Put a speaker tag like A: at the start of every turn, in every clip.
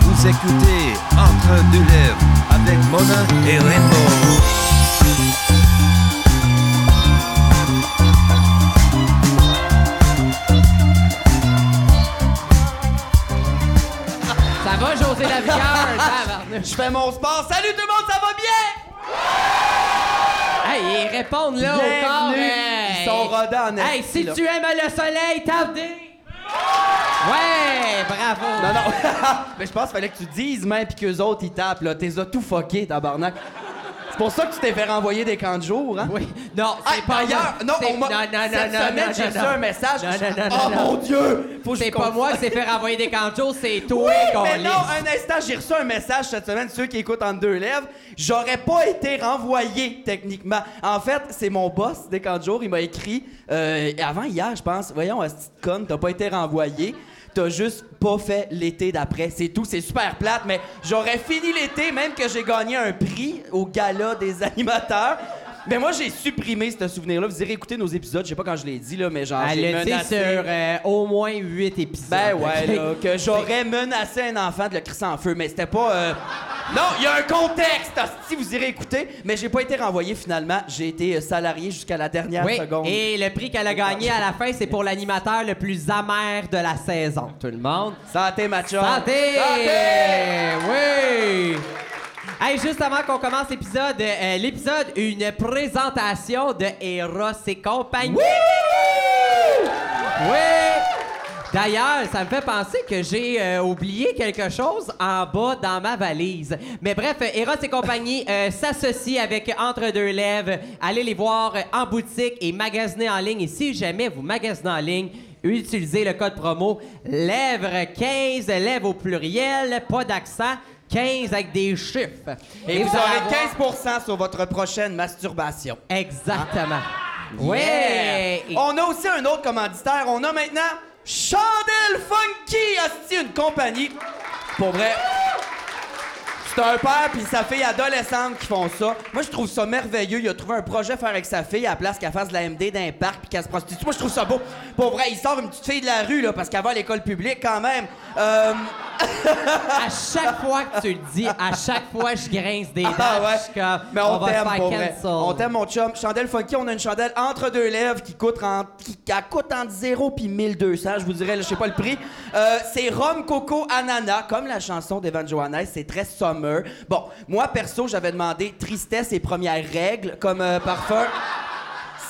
A: vous écoutez Entre deux lèvres avec Mona et Rainbow.
B: Ça va, José Lavigueur? tabarnouche.
C: Je fais mon sport. Salut tout le monde, ça va bien?
B: hey, ils répondent là
C: Bienvenue.
B: au corps.
C: Ils sont rodés en esti,
B: Hey, si
C: là.
B: tu aimes le soleil, tape des... Ouais, bravo.
C: Non, non. Mais je pense qu'il fallait que tu dises, même, puis qu'eux autres, ils tapent, là. T'es tout fucké, tabarnak. C'est pour ça que tu t'es fait renvoyer des camps de jour, hein?
B: Oui. Non,
C: Ah,
B: c'est pas
C: d'ailleurs,
B: moi.
C: non,
B: C'est-
C: on m'a.
B: Non, non, non,
C: Cette
B: non,
C: semaine,
B: non,
C: j'ai
B: non,
C: reçu
B: non.
C: un message.
B: Non,
C: Je-
B: non, non,
C: oh
B: non,
C: mon Dieu! Faut que je
B: C'est pas
C: confesse.
B: moi qui s'est fait renvoyer des cantos, c'est toi
C: Oui,
B: qu'on
C: mais
B: lit.
C: non, un instant, j'ai reçu un message cette semaine, ceux qui écoutent entre deux lèvres. J'aurais pas été renvoyé, techniquement. En fait, c'est mon boss, dès qu'en jour, il m'a écrit, euh, avant hier, je pense, voyons, à cette conne, t'as pas été renvoyé. T'as juste pas fait l'été d'après. C'est tout, c'est super plate, mais j'aurais fini l'été, même que j'ai gagné un prix au gala des animateurs. Mais moi, j'ai supprimé ce souvenir-là. Vous irez écouter nos épisodes, je sais pas quand je l'ai dit, là, mais genre,
B: Elle
C: j'ai
B: Ah, le dit sur
C: menacé-
B: euh, au moins 8 épisodes.
C: ben ouais,
B: ok?
C: là, que j'aurais menacé un enfant de le crisser en feu, mais c'était pas... euh, Non, il y a un contexte, si vous irez écouter, mais j'ai pas été renvoyé finalement, j'ai été euh, salarié jusqu'à la dernière
B: Oui,
C: seconde.
B: et le prix qu'elle a gagné à la fin, c'est pour l'animateur le plus amer de la saison, tout le monde.
C: Santé, macho.
B: Santé!
C: Santé!
B: Oui! Hey, juste avant qu'on commence l'épisode, euh, l'épisode, une présentation de Eros et compagnie. Oui! D'ailleurs, ça me fait penser que j'ai euh, oublié quelque chose en bas dans ma valise. Mais bref, euh, Eros et compagnie euh, s'associent avec Entre deux lèvres. Allez les voir euh, en boutique et magasinez en ligne. Et si jamais vous magasinez en ligne, utilisez le code promo lèvres 15, lèvres au pluriel, pas d'accent, 15 avec des chiffres.
C: Et, vous,
B: allez avoir-
C: aurez 15% sur votre prochaine masturbation.
B: Exactement. Ouais.
C: Ah! Yeah! On a aussi un autre commanditaire. On a maintenant Chandelle Funky, hostie, une compagnie. Pour vrai. C'est un père puis sa fille adolescente qui font ça. Moi, je trouve ça merveilleux. Il a trouvé un projet à faire avec sa fille à la place qu'elle fasse de la MD d'un parc puis qu'elle se prostitue. Moi, je trouve ça beau. Pour vrai, il sort une petite fille de la rue, là, parce qu'elle va à l'école publique quand même. Euh,
B: À chaque fois que tu le dis, à chaque fois je grince des dents.
C: Ah ouais.
B: je suis comme,
C: Mais on,
B: va se
C: t'aime,
B: faire
C: pour vrai.
B: cancel.
C: On t'aime, mon chum. Chandelle Funky, on a une chandelle entre deux lèvres qui coûte entre, qui, qui coûte entre 0 puis 1200. Je vous dirais, là, je sais pas le prix. Euh, c'est Rhum Coco Ananas, comme la chanson d'Evan Johannes. C'est très summer. Bon, moi, perso, j'avais demandé Tristesse et Premières Règles comme euh, parfum.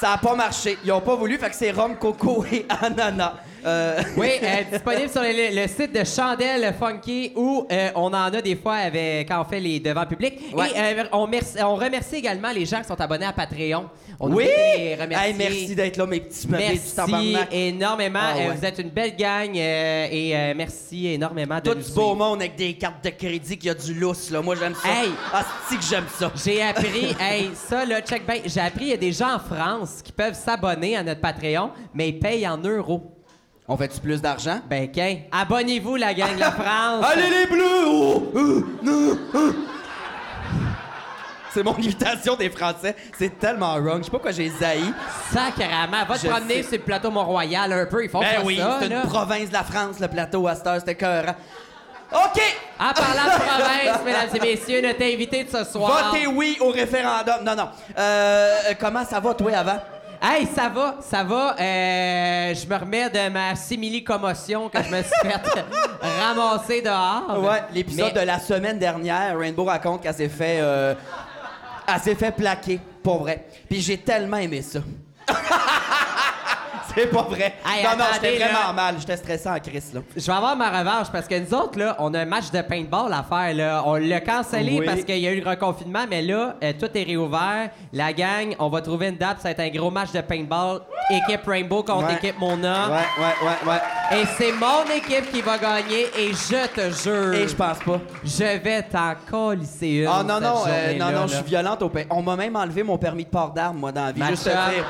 C: Ça a pas marché. Ils ont pas voulu, fait que c'est Rhum Coco et Ananas. Euh,
B: Oui, euh, disponible sur le, le site de Chandelle Funky où euh, on en a des fois avec, quand on fait les devants publics.
C: Ouais.
B: Et euh, on, merci- on remercie également les gens qui sont abonnés à Patreon. On oublie
C: oui!
B: de les remercier.
C: Hey, merci d'être là, mes petits bébés du
B: Merci
C: tabarnak.
B: énormément.
C: Ah
B: Euh,
C: ouais.
B: Vous êtes une belle gang euh, et euh, merci énormément de
C: Tout
B: nous
C: du beau
B: suivre.
C: monde avec des cartes de crédit qui a du lousse, là. Moi, j'aime ça.
B: Hey!
C: Asti que j'aime ça.
B: J'ai appris, hey, ça là, check bien, j'ai appris, il y a des gens en France qui peuvent s'abonner à notre Patreon, mais ils payent en euros.
C: On fait-tu plus d'argent?
B: Ben, qu'un. Abonnez-vous, la gang de la France.
C: Allez, les bleus! Oh! Euh, euh, euh. C'est mon imitation des Français. C'est tellement wrong. Je sais pas pourquoi j'ai zaï.
B: Sacrément, va te
C: Je
B: promener
C: sais.
B: sur le plateau Mont-Royal un peu, ils font
C: Ben
B: pas
C: oui,
B: ça,
C: c'est une
B: là.
C: province de la France, le plateau à cette heure. C'était cœur. hein. OK!
B: En parlant de province, mesdames et messieurs, notre invité de ce soir.
C: Votez oui au référendum. Non, non. Euh, comment ça va, toi, avant?
B: Hey, ça va, ça va. Euh, je me remets de ma simili-commotion que je me suis faite ramasser dehors.
C: Ouais, l'épisode
B: Mais-
C: de la semaine dernière, Rainbow raconte qu'elle s'est fait, euh, elle s'est fait plaquer, pour vrai. Puis j'ai tellement aimé ça. C'est pas vrai.
B: Hey,
C: non, non,
B: attendez,
C: j'étais vraiment
B: là.
C: mal. J'étais stressé en crise, là.
B: Je vais avoir ma revanche parce que nous autres, là, on a un match de paintball à faire. Là. On l'a cancellé
C: Oui.
B: parce qu'il y a eu le reconfinement, mais là, euh, tout est réouvert. La gang, on va trouver une date. Ça va être un gros match de paintball. Équipe Rainbow contre
C: Ouais.
B: équipe Mona.
C: Ouais, ouais, ouais, ouais.
B: Et c'est mon équipe qui va gagner et je te jure.
C: Et je pense pas.
B: Je vais t'en colisser une.
C: Ah non,
B: Euh. cette
C: non, euh,
B: journée-là,
C: non, non,
B: là.
C: je suis violente au pain. On m'a même enlevé mon permis de port d'armes, moi, dans la vie.
B: Ma
C: Juste te
B: chum.
C: dire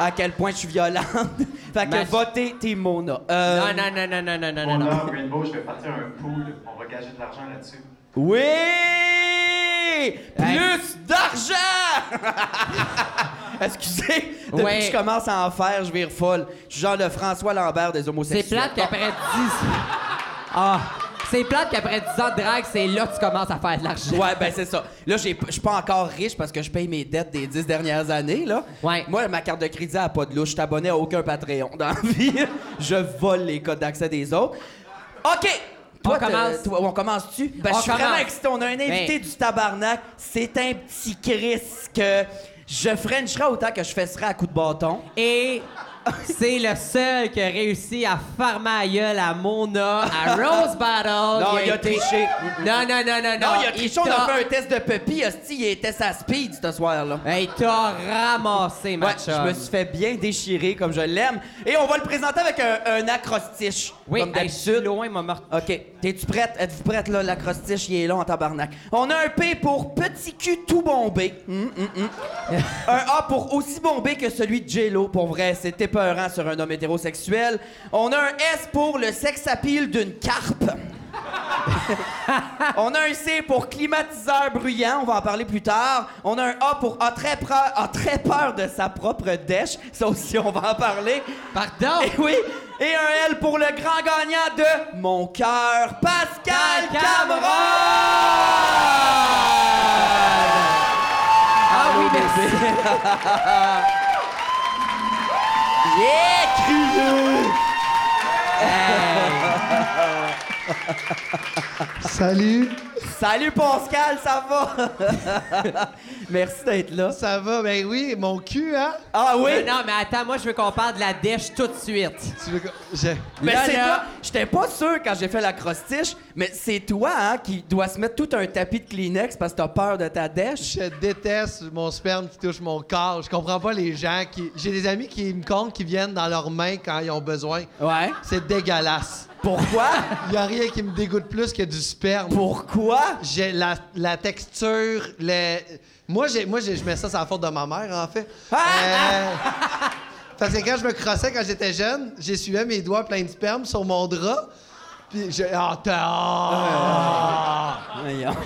C: à quel point je suis violente. fait que
B: Ma-
C: votez Team Mona. Euh,
B: Non, non, non, non, non, non, non,
D: Mon
B: non.
D: nom, Rainbow, je vais partir un pool. On va gager de l'argent là-dessus.
C: Oui! Plus d'argent! Excusez, depuis
B: Ouais.
C: que je commence à en faire, je vire folle. Je suis genre le François Lambert des
B: C'est
C: homosexuels.
B: plate qu'après 10... Ah, C'est plate qu'après 10 ans de drague, c'est là que tu commences à faire de l'argent.
C: Ouais, ben c'est ça. Là, j'ai- je suis pas encore riche parce que je paye mes dettes des dix dernières années, là.
B: Ouais.
C: Moi, ma carte de crédit, elle a pas de louche. Je suis abonné à aucun Patreon dans la vie. je vole les codes d'accès des autres. OK!
B: On
C: t'as-
B: commence.
C: toi, on commence-tu? Ben,
B: On
C: je suis vraiment
B: commence.
C: excité. On a un invité
B: Ben.
C: du tabarnak. C'est un petit Chris que je frencherai autant que je fesserai à coups de bâton.
B: Et c'est le seul qui a réussi à farmer à gueule à Mona, à Rose Battle.
C: Non, il a
B: été-
C: triché.
B: Non, non, non, non, non.
C: Non, il a triché. On a
B: Ah, t'a-
C: fait un test de puppy. Hostie, il était sa speed ce soir-là.
B: Hey, Il t'a ramassé, ma
C: Ouais,
B: chum.
C: je me suis fait bien déchirer comme je l'aime. Et on va le présenter avec un, un acrostiche.
B: Oui,
C: comme
B: hey, je suis
C: d'habitude.
B: loin, m'a mort-
C: OK. T'es-tu prête? Êtes-vous prête, là? L'acrostiche, il est long en tabarnak. On a un P pour petit cul tout bombé. Hum, hum, hum. un A pour aussi bombé que celui de J-Lo. Pour vrai, c'est épeurant sur un homme hétérosexuel. On a un S pour le sex appeal d'une carpe. On a un C pour climatiseur bruyant, on va en parler plus tard. On a un A pour a très, peur, a très peur de sa propre dèche, ça aussi on va en parler.
B: Pardon?
C: Et oui, et un L pour le grand gagnant de Mon cœur, Pascal Cameron!
B: Ah oui, merci.
C: Yeah, cru-le!
E: Salut,
C: Salut Pascal, ça va? Merci d'être là.
E: ça va? Ben oui, mon cul, hein?
C: Ah oui?
B: Mais Euh, non, mais attends, moi, je veux qu'on parle de la dèche tout de suite.
E: Tu veux que- je-
C: Mais
B: Là,
C: c'est
B: là.
C: toi. J'étais pas sûr quand j'ai fait l'acrostiche, mais c'est toi hein, qui dois se mettre tout un tapis de Kleenex parce que t'as peur de ta dèche.
E: Je déteste mon sperme qui touche mon corps. Je comprends pas les gens qui. J'ai des amis qui me comptent qui viennent dans leurs mains quand ils ont besoin.
C: Ouais.
E: C'est dégueulasse.
C: Pourquoi?
E: Il a rien qui me dégoûte plus que du sperme.
C: Pourquoi?
E: J'ai la, la texture, le... Moi, j'ai, moi j'ai- je mets ça sur la faute de ma mère, en fait. Euh, parce que quand je me crossais, quand j'étais jeune, j'essuyais mes doigts pleins de sperme sur mon drap. Puis je... Ah, t'as- ah!
C: Voyons.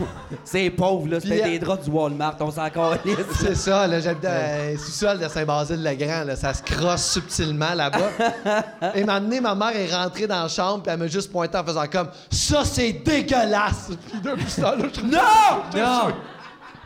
C: C'est pauvre, là. C'était
E: Puis,
C: des
E: euh,
C: draps du Walmart, on s'en calisse.
E: C'est ça, là, j'habitais euh, sous-sol de Saint-Basile-le-Grand, là, ça se crosse subtilement là-bas. Et m'a donné, ma mère est rentrée dans la chambre, puis elle m'a juste pointé en faisant comme Ça, c'est dégueulasse! Puis depuis ce temps-là, je trouve
C: Non!
B: Non!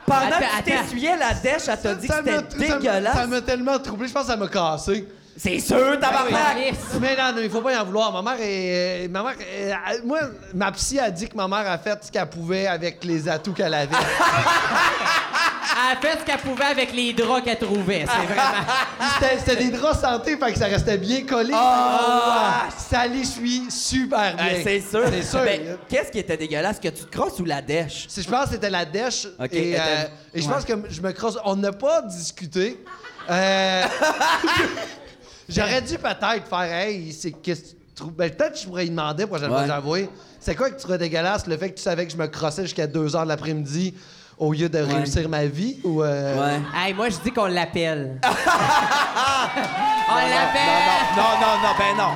C: Pendant
B: Attends,
C: que
B: attends.
C: tu t'essuyais la dèche, elle t'a dit que
E: m'a-
C: c'était
E: m'a- Ça
C: dégueulasse.
E: m'a tellement troublé, je pense que ça m'a cassé.
C: C'est sûr, tabarnak!
B: Calice.
E: Mais non, non, il faut pas y en vouloir. Ma mère, est, euh, ma mère euh, elle- moi, ma psy a dit que ma mère a fait ce qu'elle pouvait avec les atouts qu'elle avait.
B: Elle a fait ce qu'elle pouvait avec les draps qu'elle trouvait. C'est vraiment.
E: C'était- C'était des draps santé, fait que ça restait bien collé.
C: Ah!
E: Salé, je suis super bien.
C: Euh, c'est sûr.
E: C'est sûr.
C: Ben, Qu'est-ce qui était dégueulasse? Que tu te crosses ou la dèche?
E: Si je pense que c'était la dèche.
C: Ok,
E: et, euh,
C: était-
E: et je pense que je me crosse. On n'a pas discuté. Euh, J'aurais dû peut-être faire. Hey, c'est qu'est-ce que tu trouves? Ben, peut-être que je pourrais y demander la prochaine
C: Ouais.
E: fois, j'avoue. C'est quoi que tu trouvais dégueulasse? Le fait que tu savais que je me crossais jusqu'à 2 h de l'après-midi au lieu de réussir ma vie? Ou, euh,
C: Ouais.
B: Hey, moi, je dis qu'on l'appelle. On
C: Non,
B: l'appelle!
C: non, non, non, ben non.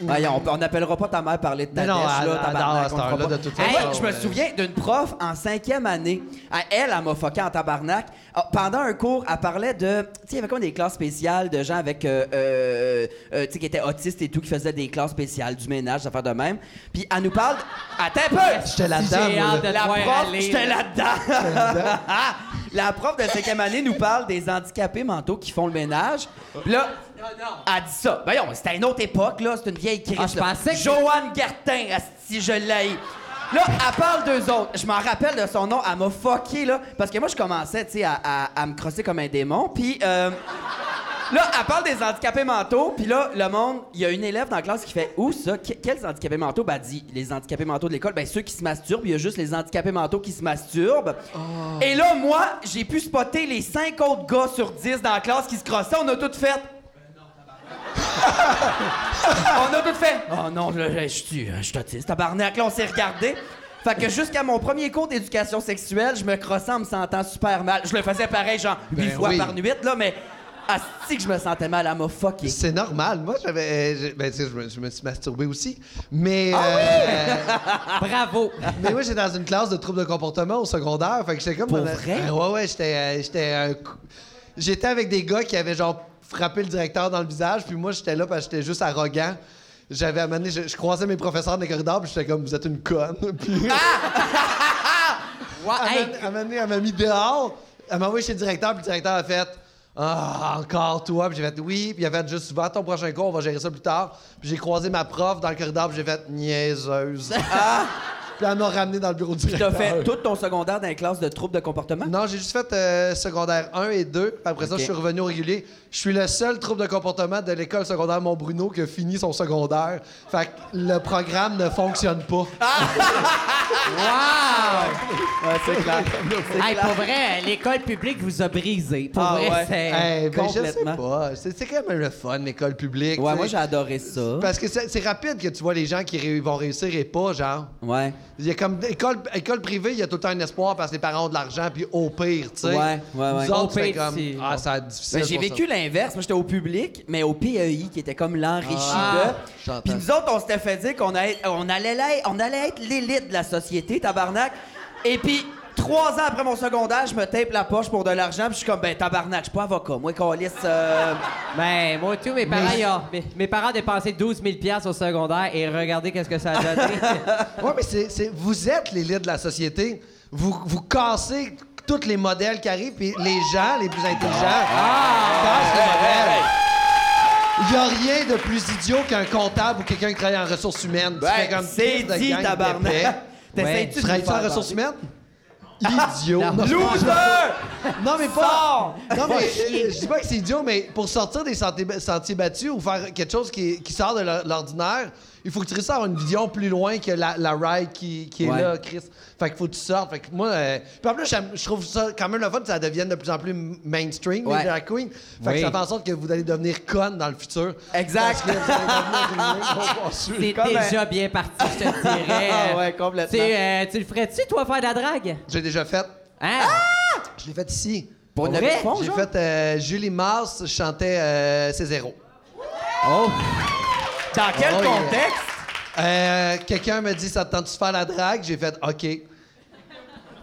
C: Voyons, on, on n'appellera pas ta mère parler de ta
E: Mais Ben non,
C: dèche,
E: elle-
C: là,
E: elle
C: tabarnak,
E: adore à
C: on
E: cette
C: le fera
E: heure-là,
C: pas.
E: de toute
C: Hey,
E: façon,
C: je me
E: euh.
C: souviens d'une prof en cinquième année. Elle, elle, elle m'a foqué en tabarnak. Ah, Pendant un cours, elle parlait de... Tu sais, il y avait comme des classes spéciales de gens avec... euh, euh, euh, tu sais, qui étaient autistes et tout, qui faisaient des classes spéciales, du ménage, des affaires de même. Puis elle nous parle... Attends un peu!
E: J'étais là-dedans.
B: J'ai
E: moi,
B: hâte de
E: là.
B: te
C: La
B: voir
C: prof,
B: aller.
C: j'étais
B: là.
C: là-dedans. la prof de cinquième année nous parle des handicapés mentaux qui font le ménage. Puis Là, elle dit ça. Ben non, c'était une autre époque, là. C'est une vieille crise.
B: Ah, je
C: là.
B: pensais que-
C: Joanne Gartin, si je l'ai. Là, elle parle d'eux autres. Je m'en rappelle de son nom. Elle m'a fucké, là. Parce que moi, je commençais, tu sais, à, à- à me crosser comme un démon. Puis... euh, Là, elle parle des handicapés mentaux, puis là, le monde, il y a une élève dans la classe qui fait Où ça Que- Quels handicapés mentaux Ben, elle dit Les handicapés mentaux de l'école, ben, ceux qui se masturbent, il y a juste les handicapés mentaux qui se masturbent.
E: Oh.
C: Et là, moi, j'ai pu spotter les cinq autres gars sur 10 dans la classe qui se crossaient, on a tout fait. on a tout fait. Oh non, là, là, je suis je suis autiste, tabarnak, là, on s'est regardé. Fait que jusqu'à mon premier cours d'éducation sexuelle, je me crossais en me sentant super mal. Je le faisais pareil, genre, huit
E: Ben
C: fois
E: oui.
C: par nuit, là, mais. Asti que je me sentais mal, elle m'a fucké.
E: C'est normal. Moi, j'avais. euh, j'ai- ben, tu sais, je, me, je me suis masturbé aussi. Mais.
C: Ah
E: euh,
B: Bravo!
E: Mais moi, j'étais dans une classe de troubles de comportement au secondaire. Fait que j'étais comme.
C: Pour
E: dans la-
C: vrai?
E: Ah ouais, ouais, j'étais. euh, j'étais un cou- J'étais avec des gars qui avaient genre frappé le directeur dans le visage, puis moi, j'étais là parce que j'étais juste arrogant. j'avais amené, je, je croisais mes professeurs dans les corridors, puis j'étais comme, vous êtes une conne. Puis
C: Ah,
B: Ouais,
E: elle
B: hey,
E: m'a- elle m'a amené- elle m'a mis dehors, elle m'a envoyé chez le directeur, puis le directeur a fait, ah, encore toi, puis j'ai fait oui, puis il a fait juste, va à ton prochain cours, on va gérer ça plus tard. Puis j'ai croisé ma prof dans le corridor, puis j'ai fait, niaiseuse. Ah! Puis elle m'a ramené dans le bureau du
C: T'as
E: directeur.
C: fait tout ton secondaire dans les classes de troubles de comportement?
E: Non, j'ai juste fait euh, secondaire 1 et 2. Après ça,
C: Ok.
E: je suis revenu au régulier. Je suis le seul trouble de comportement de l'école secondaire Montbruno qui a fini son secondaire. Fait que le programme ne fonctionne pas.
C: Ah
B: wow!
C: Ouais, c'est clair. C'est
B: Hey,
C: clair.
B: pour vrai, l'école publique vous a brisé. Pour
C: Ah
B: vrai,
C: ouais.
B: c'est...
E: Eh, ben, je sais
C: complètement.
E: pas. C'est c'est quand même le fun, l'école publique.
C: Ouais,
E: tu
C: moi
E: sais.
C: j'ai adoré ça.
E: Parce que c'est c'est rapide que tu vois les gens qui ré- vont réussir et pas, genre.
C: Ouais.
E: Il y a comme école, école privée, il y a tout le temps un espoir parce que les parents ont de l'argent, puis au pire, tu sais.
C: Ouais, ouais, ouais.
E: Nous
B: Au
E: autres, c'est
B: pire,
E: comme,
B: c'est-
E: ah, ça a difficile.
C: Ben, j'ai
E: pour ça.
C: vécu l'inverse. Moi, j'étais au public, mais au PEI, qui était comme l'enrichi
E: Ah,
C: de.
E: j'entends.
C: Puis nous autres, on s'était fait dire qu'on allait, on allait, l'être- on allait être l'élite de la société, tabarnak. Et puis, trois ans après mon secondaire, je me tape la poche pour de l'argent, puis je suis comme, ben, tabarnak, je suis pas avocat. Moi, euh, qu'on lisse.
B: Ben, moi, tout, mes parents, ils ont- mes, mes parents dépensaient 12 000 piastres au secondaire et regardez qu'est-ce que ça a donné.
E: Oui, mais c'est, c'est- vous êtes l'élite de la société. Vous, vous cassez tous les modèles qui arrivent, puis les gens les plus intelligents
C: Ah.
E: cassent les modèles. Il n'y a rien de plus idiot qu'un comptable ou quelqu'un qui travaille en ressources humaines. Tu fais comme
C: c'est
E: Christ de
C: dit,
E: gang d'épais.
C: tabarnak.
B: Ouais.
C: T'essayes-tu
E: Tu
C: de
E: travailles
C: nous
E: en
C: faire
E: ressources humaines? Idiot. Non,
C: Loser!
E: non, mais
C: Sors!
E: pas. Non, mais euh, je dis pas que c'est idiot, mais pour sortir des sentiers, sentiers battus ou faire quelque chose qui, qui sort de l'or- l'ordinaire, il faut que tu réussisses à avoir une vision plus loin que la, la ride qui, qui est
C: Ouais.
E: là, Chris. Fait qu'il faut que tu sortes. Fait que moi, euh, puis en plus, j'aime- je trouve ça quand même le fun que ça devienne de plus en plus m- mainstream,
C: Ouais.
E: les drag queens. Fait
B: Oui.
E: que ça fait en sorte que vous allez devenir connes dans le futur.
C: Exact.
E: Parce que vous allez devenir des mecs consensuels.
B: C'est
C: Comme un-
B: déjà bien parti, je te dirais.
C: Ah ouais, complètement.
B: Tu, euh, tu le ferais-tu, toi, faire de la drague?
E: J'ai déjà fait.
B: Hein?
C: Ah,
E: Je l'ai fait ici.
C: Pour
B: une
C: une
B: vraie?
C: réponse,
E: J'ai
C: genre?
E: fait euh, Julie Mars chantait euh, Cézéro.
B: Oh!
C: Dans quel
E: Oh, yeah.
C: contexte?
E: Euh, Quelqu'un me dit ça te tente de faire la drague. J'ai fait OK.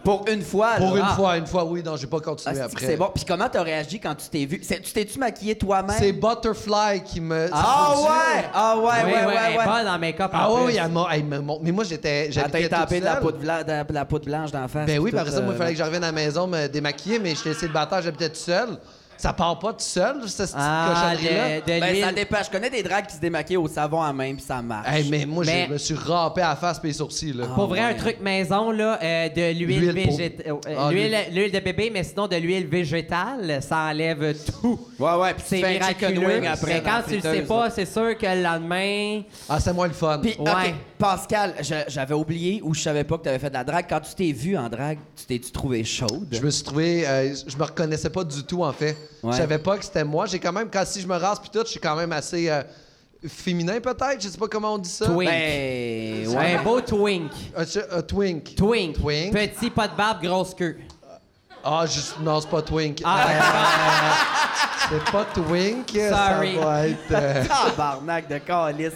C: Pour une fois,
E: Pour
C: là.
E: une
C: Ah.
E: fois, une fois, oui. Non, j'ai pas continué
C: Ah, c'est-tu que
E: après.
C: C'est bon. Puis comment t'as réagi quand tu t'es vu? C'est- Tu t'es-tu maquillé toi-même?
E: C'est Butterfly qui me.
C: Ah
E: c'est
C: ouais!
E: dur.
C: Ah ouais,
B: Oui,
C: ouais, ouais,
B: oui,
C: ouais.
B: elle est bonne en make-up.
E: Ah
B: en
E: ouais,
B: plus.
E: oui, elle m'a- elle me montre. Mais moi, j'étais.
C: Elle
E: j'habitais
C: t'a tapé
E: toute
C: de la,
E: seule.
C: poudre blan- de la- de la poudre blanche d'en face.
E: Ben oui,
C: tout,
E: par ça, moi, il
C: euh,
E: fallait que je revienne à la maison me démaquiller, mais j'étais célibataire, j'habitais tout seul. Ça part pas tout seul, cette petite
B: Ah, de,
E: cochonnerie-là.
B: de
C: Ben, ça
B: l'huile.
C: dépend. Je connais des drags qui se démaquillent au savon à main, puis ça marche.
E: Hey, mais moi,
B: Mais-
E: je me suis râpé à la face et les sourcils, là.
B: Pour vrai,
C: Ah ouais.
B: un truc maison, là, euh, de l'huile
E: L'huile pour-
B: végétale.
E: Ah,
B: L'huile de bébé, mais sinon de l'huile végétale, ça enlève tout.
C: Ouais, ouais, puis tu
B: C'est
C: fais un chicken
B: miraculeux.
C: wing après.
B: Mais
C: dans la
B: quand tu le sais
C: friteuse,
B: pas,
C: là.
B: c'est sûr que le lendemain.
E: Ah, c'est moins le fun.
C: Puis, ok,
B: Ouais.
C: Pascal, je- j'avais oublié ou je savais pas que t'avais fait de la drague. Quand tu t'es vu en drague, tu t'es-tu trouvé chaude?
E: Je me suis trouvé, euh, je me reconnaissais pas du tout en fait.
C: Ouais.
E: Je savais pas que c'était moi. J'ai quand même, quand si je me rase puis tout, je suis quand même assez euh, féminin peut-être. Je sais pas comment on dit ça. Ben,
B: Twink.
C: Ben, ouais.
B: Un beau twink.
E: Un tu- un twink.
B: Twink.
E: Twink.
B: Petit, pas de barbe, grosse queue.
E: Ah, je- non, c'est pas twink.
B: Ah,
C: Ah.
E: Euh, c'est pas twink.
B: Sorry.
E: Ça va être. euh,
C: Tabarnak de calice.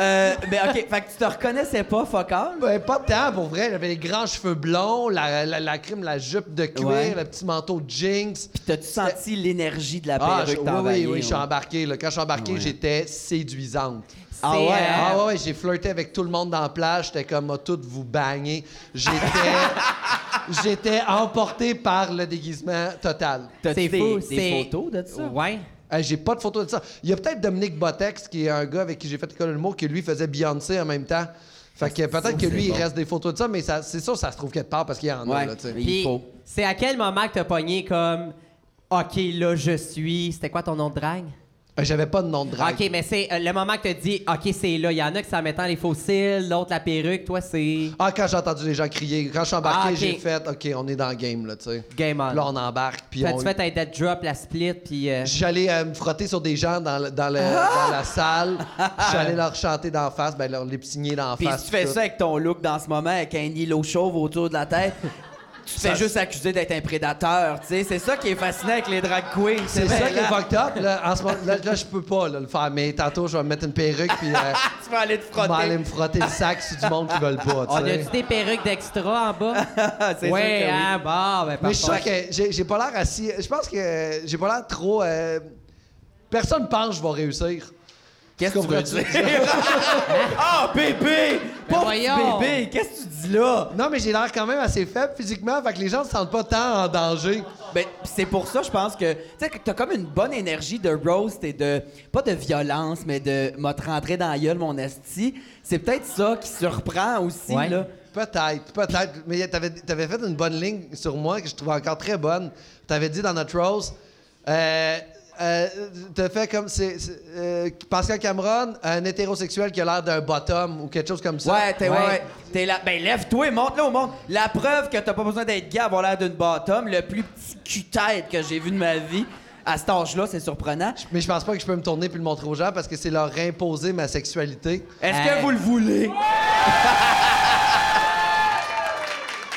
C: Euh, ben, ok, fait que tu te reconnaissais pas, focal?
E: ben, pas tant pour vrai. J'avais les grands cheveux blonds, la, la, la crème, la jupe de cuir,
C: Ouais.
E: le petit manteau de jeans.
C: Puis t'as-tu senti l'énergie de la
E: Ah, je-
C: perruque
E: oui,
C: t'envahir, hein?
E: oui, oui, je suis
C: ouais?
E: embarqué. là. Quand je suis embarqué, j'étais séduisante.
C: Ah ouais,
B: C'est, euh,
E: Ah ouais, ouais, j'ai flirté avec tout le monde dans la plage. J'étais comme, à tout vous bagner. J'étais. J'étais emporté par le déguisement total.
C: T'as-tu
B: C'est
C: des,
B: fou,
C: des
B: c'est-
C: photos de ça?
B: Ouais.
E: Euh, j'ai pas de photo de ça. Il y a peut-être Dominique Botex, qui est un gars avec qui j'ai fait l'école de l'humour, qui lui faisait Beyoncé en même temps. Fait que peut-être que lui, il reste des photos de ça, mais ça, c'est sûr, ça se trouve quelque part parce qu'il y en
C: Ouais.
E: a, là, tu sais.
C: Il
B: Puis,
C: faut.
B: c'est à quel moment que t'as pogné comme. OK, là, je suis. C'était quoi ton nom de drague?
E: Euh, J'avais pas de nom de
C: Ah,
E: drague.
B: OK, mais c'est euh, le moment que t'as dit, OK, c'est là. Il y en a qui s'en mettant les fossiles, l'autre la perruque, toi, c'est.
E: Ah, quand j'ai entendu les gens crier, quand je suis embarqué,
B: Ah, ok.
E: j'ai fait, OK, on est dans le game, là, tu sais.
B: Game on.
E: Puis Là, on embarque, puis on...
B: T'as-tu fait un dead drop, la split, puis. euh,
E: J'allais euh, me frotter sur des gens dans, le- dans, le- dans la salle. J'allais leur chanter d'en face, ben leur les signer d'en
C: Puis
E: face.
C: si tu fais
E: tout.
C: ça avec ton look dans ce moment, avec un îlot chauve autour de la tête, tu te fais
E: Ça-
C: juste accuser d'être un prédateur, tu sais. C'est ça qui est fascinant avec les drag queens.
E: C'est ça
C: mêlant.
E: qui est fucked up. Là, en ce moment, là, là, je peux pas là, le faire, mais tantôt, je vais me mettre une perruque puis euh,
C: Tu vas aller te
E: m'aller
C: frotter.
E: me frotter le sac sur du monde qui veulent pas.
B: on
E: tu sais.
B: a-tu Ah, des perruques d'extra en bas?
C: Ah, C'est
B: ouais,
C: sûr que oui.
B: hein, bah, ben,
E: Mais je suis sûr
B: parfait.
E: que j'ai j'ai pas l'air assis. Je pense que j'ai pas l'air trop. euh, Personne pense que je vais réussir.
C: Qu'est-ce que tu veux
E: Comprends-tu?
C: dire? Ah, bébé! Pauvre petit
B: voyons.
C: bébé, qu'est-ce que tu dis là?
E: Non, mais j'ai l'air quand même assez faible physiquement, fait que les gens ne se sentent pas tant en danger.
C: Ben, pis c'est pour ça, je pense que. Tu sais, que t'as comme une bonne énergie de roast et de. Pas de violence, mais de. M'a te rentré dans la gueule, mon esti. C'est peut-être ça qui surprend aussi,
B: Ouais.
C: là.
E: Peut-être, peut-être. Mais t'avais, t'avais fait une bonne ligne sur moi que je trouvais encore très bonne. T'avais dit dans notre rose, euh, euh, t'as fait comme c'est, c'est, euh, Pascal Cameron, un hétérosexuel qui a l'air d'un bottom ou quelque chose comme ça.
C: Ouais, t'es, ouais.
B: Ouais.
C: ouais. T'es là. Ben, lève-toi, monte-le au monde. La preuve que t'as pas besoin d'être gay, avoir l'air d'une bottom, le plus petit cul-tête que j'ai vu de ma vie. À cet âge-là, c'est surprenant.
E: Mais je pense pas que je peux me tourner puis le montrer aux gens parce que c'est leur imposer ma sexualité.
C: Est-ce
B: Hey.
C: que vous le voulez?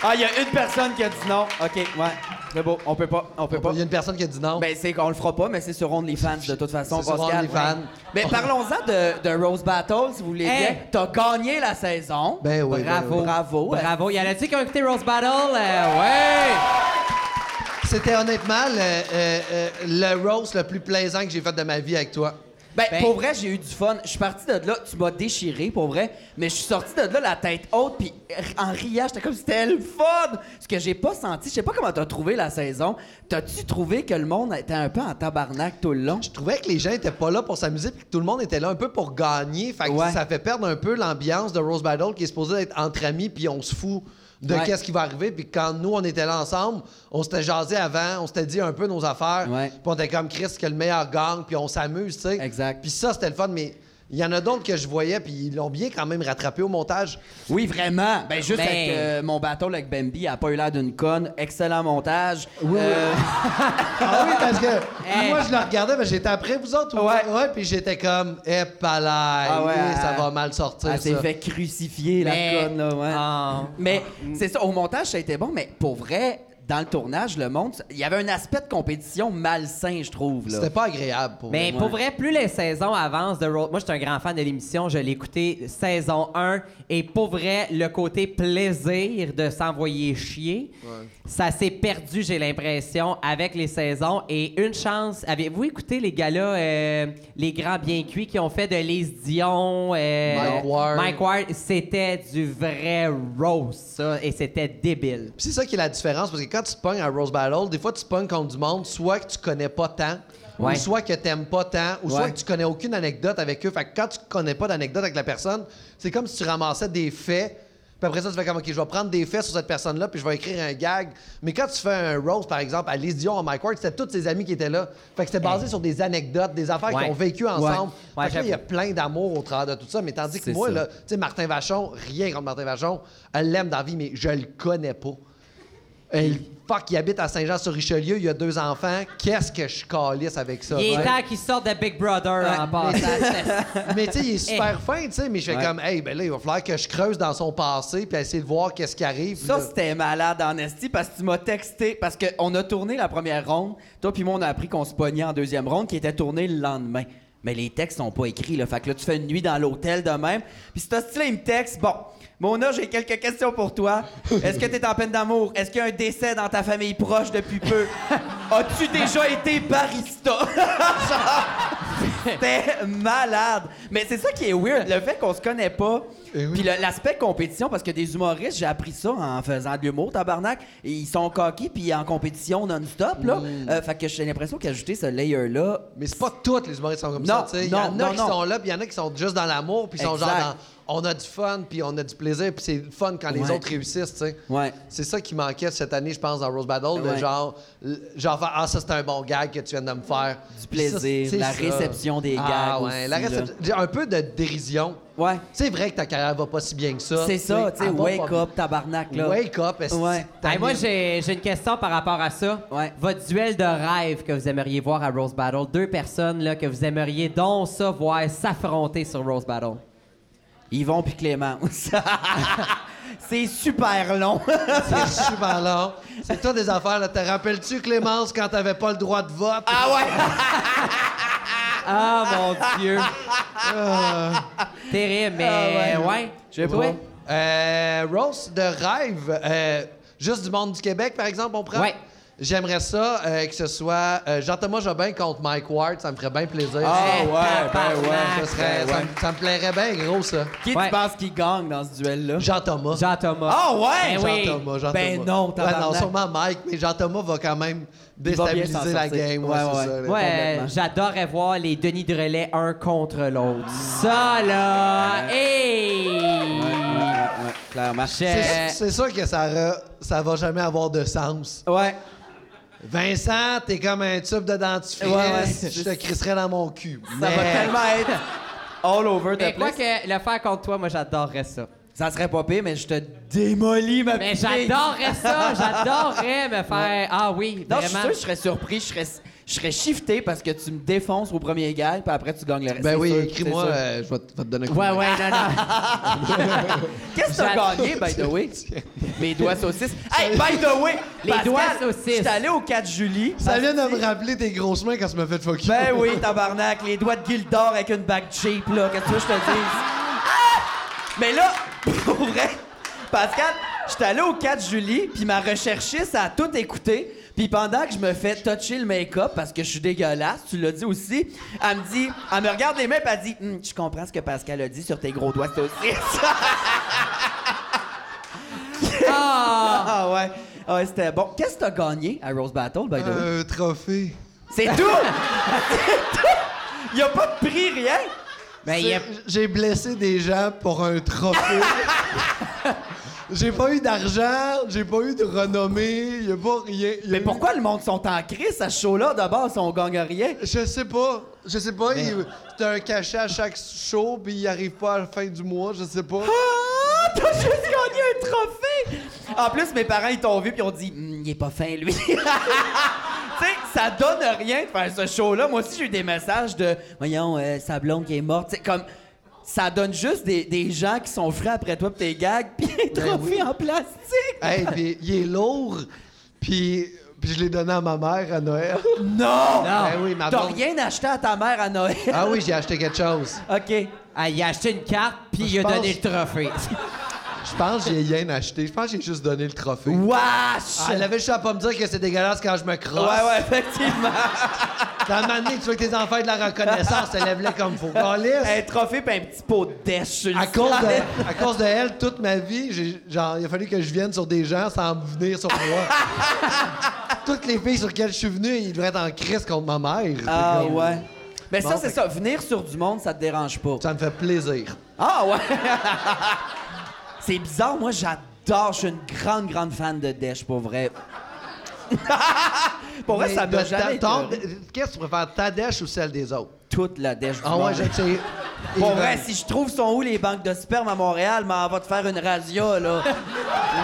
C: ah, il y a une personne qui a dit non. OK, ouais. C'est beau, on peut pas, on peut pas.
E: Il y a une personne qui a dit non.
C: Ben, c'est qu'on le fera pas, mais c'est sur OnlyFans de toute façon,
E: C'est sur
C: Pascal.
E: OnlyFans. Oh. Hein?
C: Ouais. Mais parlons-en de, de Rose Battle, si vous voulez
B: Hey.
C: bien. T'as gagné la saison.
E: Ben oui, ben
B: Bravo.
E: oui.
C: Bravo.
B: Bravo. Il y en a-tu qui ont écouté Rose Battle? Euh, ouais!
E: C'était honnêtement le, euh, euh, le roast le plus plaisant que j'ai fait de ma vie avec toi.
C: Ben,
B: Ben-
C: pour vrai, j'ai eu du fun. Je suis parti de là, tu m'as déchiré, pour vrai. Mais je suis sorti de là la tête haute, puis r- en riant, j'étais comme c'était le fun. Ce que j'ai pas senti, je sais pas comment t'as trouvé la saison. T'as-tu trouvé que le monde était un peu en tabarnak tout le long?
E: Je trouvais que les gens étaient pas là pour s'amuser puis que tout le monde était là un peu pour gagner. Fait que
C: Ouais.
E: ça fait perdre un peu l'ambiance de Rose Battle qui est supposée être entre amis puis on se fout de
C: Ouais.
E: qu'est-ce qui va arriver. Puis quand nous, on était là ensemble, on s'était jasé avant, on s'était dit un peu nos affaires.
C: Ouais.
E: Puis on était comme Chris, que le meilleur gagne puis on s'amuse, tu sais.
C: Exact.
E: Puis ça, c'était le fun, mais il y en a d'autres que je voyais puis ils l'ont bien quand même rattrapé au montage.
C: Oui, vraiment. Ben, juste
B: Ben-
C: avec euh, mon bateau avec Bambi, a pas eu l'air d'une conne. Excellent montage. Euh,
E: Ah oui, parce que
B: Hey.
E: moi, je le regardais, mais j'étais après vous autres. ou-
C: Ouais.
E: Ouais, puis j'étais comme, eh, palais,
C: Ah ouais,
E: eh, ça
C: elle-
E: va mal sortir.
C: elle s'est
E: ça.
C: fait crucifier, la
B: Mais-
C: conne, là, ouais.
B: Ah.
C: Mais c'est ça, au montage, ça a été bon, mais pour vrai, dans le tournage, le monde, il y avait un aspect de compétition malsain, je trouve. là.
E: C'était pas agréable pour
B: Mais
E: moi.
B: pour vrai, plus les saisons avancent de Road... Moi, je suis un grand fan de l'émission. Je l'ai écouté saison 1. Et pour vrai, le côté plaisir de s'envoyer chier, ça s'est perdu, j'ai l'impression, avec les saisons. Et une chance... Avez-vous écouté les gars-là, euh, les grands bien cuits qui ont fait de Lise Dion... euh,
E: Mike Ward.
B: Mike Ward. C'était du vrai roast, ça. Et c'était débile.
E: Puis C'est ça qui est la différence, parce que quand tu te pognes à Rose Battle, des fois tu te pognes contre du monde, soit que tu connais pas tant,
B: Ouais.
E: ou soit que t'aimes pas tant, ou soit
C: Ouais.
E: que tu connais aucune anecdote avec eux. Fait que quand tu connais pas d'anecdote avec la personne, c'est comme si tu ramassais des faits. Puis après ça, tu fais comme, OK, je vais prendre des faits sur cette personne-là, puis je vais écrire un gag. Mais quand tu fais un roast, par exemple, à Liz Dion, à Mike Ward, c'était tous ses amis qui étaient là. Fait que c'était basé sur des anecdotes, des affaires
B: Ouais.
E: qu'ils ont vécues ensemble.
B: Ouais. Ouais,
E: Fait que là, il y a plein d'amour au travers de tout ça. Mais tandis que
C: C'est
E: moi,
C: ça.
E: là, tu sais, Martin Vachon, rien contre Martin Vachon, elle l'aime dans la vie, mais je le connais pas. Hey, fuck, il habite à Saint-Jean-sur-Richelieu, il a deux enfants. Qu'est-ce que je calisse avec ça?
B: Il est
E: ouais.
B: temps qu'ils sortent de Big Brother en
E: mais-
B: passant.
E: Mais tu sais,
B: Eh.
E: il est super fin, tu sais, mais je fais
C: Ouais.
E: comme, hey, ben là, il va falloir que je creuse dans son passé puis essayer de voir qu'est-ce qui arrive.
C: Ça,
E: là.
C: c'était malade en esti parce que tu m'as texté. Parce qu'on a tourné la première ronde. Toi, puis moi, on a appris qu'on se pognait en deuxième ronde qui était tournée le lendemain. Mais les textes sont pas écrits, là. Fait que là, tu fais une nuit dans l'hôtel de même. Puis cet hostie-là, il me texte. Bon, Mona, j'ai quelques questions pour toi. Est-ce que t'es en peine d'amour? Est-ce qu'il y a un décès dans ta famille proche depuis peu? As-tu déjà été barista? C'était malade. Mais c'est ça qui est weird, le fait qu'on se connaît pas.
E: Eh oui.
C: Puis le- l'aspect compétition, parce que des humoristes, j'ai appris ça en faisant de l'humour, tabarnak. Et ils sont coqués, puis en compétition non-stop, là. Euh, fait que j'ai l'impression qu'ajouter ce layer-là.
E: Mais c'est pas toutes les humoristes qui sont comme
C: Non,
E: ça, tu sais. Il y
C: non,
E: en a
C: non,
E: qui
C: non.
E: sont là, puis il y en a qui sont juste dans l'amour, puis ils sont
C: Exact.
E: genre dans, on a du fun, puis on a du plaisir, puis c'est le fun quand les
C: Ouais.
E: autres réussissent, tu sais.
C: Ouais.
E: C'est ça qui manquait cette année, je pense, dans Rose Battle,
C: Ouais.
E: de genre, l- genre faire, ah, ça, c'est un bon gag que tu viens de me faire.
C: Du plaisir,
E: Puis c'est
C: la réception des
E: Ah,
C: gags
E: ouais,
C: aussi,
E: la
C: là.
E: réception. j'ai Un peu de dérision.
C: Ouais.
E: C'est vrai que ta carrière va pas si bien que ça.
C: C'est ça, tu sais,
E: elle va
C: wake
E: pas-
C: up, tabarnak, là.
E: Wake up, est-ce que
C: Ouais.
E: t'as
B: Hey, moi,
E: mis-
B: j'ai j'ai une question par rapport à ça.
C: Ouais.
B: Votre duel de rêve que vous aimeriez voir à Rose Battle, deux personnes là, que vous aimeriez donc ça voir s'affronter sur Rose Battle.
C: Yvon puis Clémence. c'est super long.
E: C'est super long. C'est toi des affaires, là. Te rappelles-tu, Clémence, quand t'avais pas le droit de vote?
C: ah ouais!
B: Ah mon Dieu! Terrible, mais
C: Ah, ouais.
B: ouais.
C: Je sais pas.
B: Ouais.
E: Euh, roast de rêve. euh, juste du monde du Québec, par exemple, on prend?
B: Ouais.
E: J'aimerais ça euh, que ce soit euh, Jean-Thomas Jobin contre Mike Ward, ça me ferait bien plaisir.
C: Ah
E: Ça.
B: Eh,
C: ouais, ben
B: tabarnak.
C: ouais.
E: Ça serait- ça me- ça me plairait bien gros, ça.
C: Qui
B: Ouais.
C: tu penses qui gagne dans ce duel-là?
E: Jean-Thomas.
B: Jean-Thomas.
C: Ah ouais!
B: Ben oui.
E: Jean-Thomas, Jean-Thomas.
C: Ben non,
E: ouais, non,
C: tabarnak.
E: sûrement Mike, mais Jean-Thomas va quand même
C: va bien s'en
E: déstabiliser la
C: sortir.
E: game.
C: Ouais,
E: Ouais, c'est
C: ouais.
E: ça, là.
B: Ouais,
C: complètement.
B: j'adorais euh, voir les Denis de relais un contre l'autre. Ça, là! Hey!
C: Ouais, clairement.
E: C'est- C'est sûr que ça, re- ça va jamais avoir de sens.
C: Ouais.
E: Vincent, t'es comme un tube de dentifrice.
C: Ouais, ouais,
E: je te crisserais dans mon cul.
C: Ça va
E: Mais-
C: tellement être all over the
B: Mais quoi
C: place.
B: que le faire contre toi, moi, j'adorerais ça.
C: Ça serait pas pire, mais je te démolis, ma
B: Mais
C: petite fille.
B: j'adorerais ça! J'adorerais me faire... Ah oui,
C: Non, je suis
B: vraiment.
C: sûr que je serais surpris, je serais, je serais shifté parce que tu me défonces au premier gag, puis après tu gagnes le reste.
E: Ben
C: C'est
E: oui,
C: sûr,
E: écris-moi,
C: c'est sûr.
E: euh, je vais te, vais te donner un coup. de
B: Ouais,
E: main.
B: ouais, non, non.
C: Qu'est-ce que t'as
B: j'a-
C: gagné, by the way? Mes doigts saucisses. Hey, by the way!
B: Les
C: Pascal,
B: doigts saucisses.
C: J'étais allé au 4 juillet.
E: Ça vient de me rappeler tes grosses mains quand tu m'as fait fuck you.
C: Ah, Ben oui, tabarnak, les doigts de Gildor avec une bague cheap, là, qu'est-ce que tu veux que je te dise? Ah! Mais là, pour vrai, Pascal, j'étais allé au 4 juillet, puis ma recherchiste a tout écouté, puis pendant que je me fais toucher le make-up, parce que je suis dégueulasse, tu l'as dit aussi, elle me dit, elle me regarde les mains, puis elle dit, Hum, je comprends ce que Pascal a dit sur tes gros doigts saucisses.
B: Ah!
C: ah ouais, Ah ouais, c'était bon. Qu'est-ce que t'as gagné à Rose Battle, by the
B: Euh.
C: way?
E: Un trophée.
C: C'est tout! C'est tout! Y a pas de prix, rien!
B: Ben, il y a-
E: C'est- J'ai blessé des gens pour un trophée. j'ai pas eu d'argent, j'ai pas eu de renommée, y a pas rien. y a
C: Mais
E: eu-
C: pourquoi le monde sont en crise à ce show-là de base si on gagne rien?
E: Je sais pas. Je sais pas. il- C'est un cachet à chaque show, puis il arrive pas à la fin du mois, je sais pas.
C: Ah! T'as juste gagné un trophée! En plus, mes parents, ils t'ont vu puis ils ont dit Hum, il est pas fin, lui. tu sais, ça donne rien de faire ce show-là. Moi aussi, j'ai eu des messages de Voyons, euh, sa blonde qui est morte. Tu sais, comme. Ça donne juste des, des gens qui sont frais après toi pis tes gags pis un
E: Ben
C: trophée
E: oui.
C: en plastique!
B: Ah,
E: hey, puis il est lourd, puis puis je l'ai donné à ma mère à Noël.
C: Non!
E: Ben oui, ma
C: Oh, T'as
E: blonde-
C: rien acheté à ta mère à Noël!
E: Ah oui, j'ai acheté quelque chose.
C: OK.
B: Ah, il a acheté une carte, puis il a
E: Je pense-
B: donné le trophée.
E: Je pense que j'ai rien acheté. Je pense que j'ai juste donné le trophée.
C: Wesh!
E: Ah, elle avait juste à pas me dire que c'est dégueulasse quand je me crosse.
C: ouais, ouais, effectivement!
E: Dans ma année, tu veux que tes enfants aient de la reconnaissance, elle lève-les comme faut. Calisse.
C: Un trophée pis un petit pot de dèche sur le
E: À cause,
C: slide.
E: de, à cause de elle, toute ma vie, j'ai- genre, il a fallu que je vienne sur des gens sans venir sur moi. Toutes les filles sur lesquelles je suis venu, ils devraient être en crise contre ma mère.
C: Ah
E: C'est comme-
C: ouais. Mais
E: Bon,
C: ça, c'est
E: fait
C: ça. Venir sur du monde, ça te dérange pas.
E: Ça me fait plaisir.
C: Ah ouais. c'est bizarre. Moi, j'adore. Je suis une grande, grande fan de Dash, pour vrai. pour vrai,
E: Mais
C: ça
E: de
C: m'a
E: ta-
C: jamais
E: ton-
C: écoeuré.
E: Qu'est-ce que tu préfères, ta dèche ou celle des autres?
C: Toute la Dash du
E: Ah ouais,
C: monde.
E: je sais.
C: Pour
E: Ils
C: vrai,
E: veulent.
C: si je trouve sont où les banques de sperme à Montréal, m'en va te faire une razzia, là.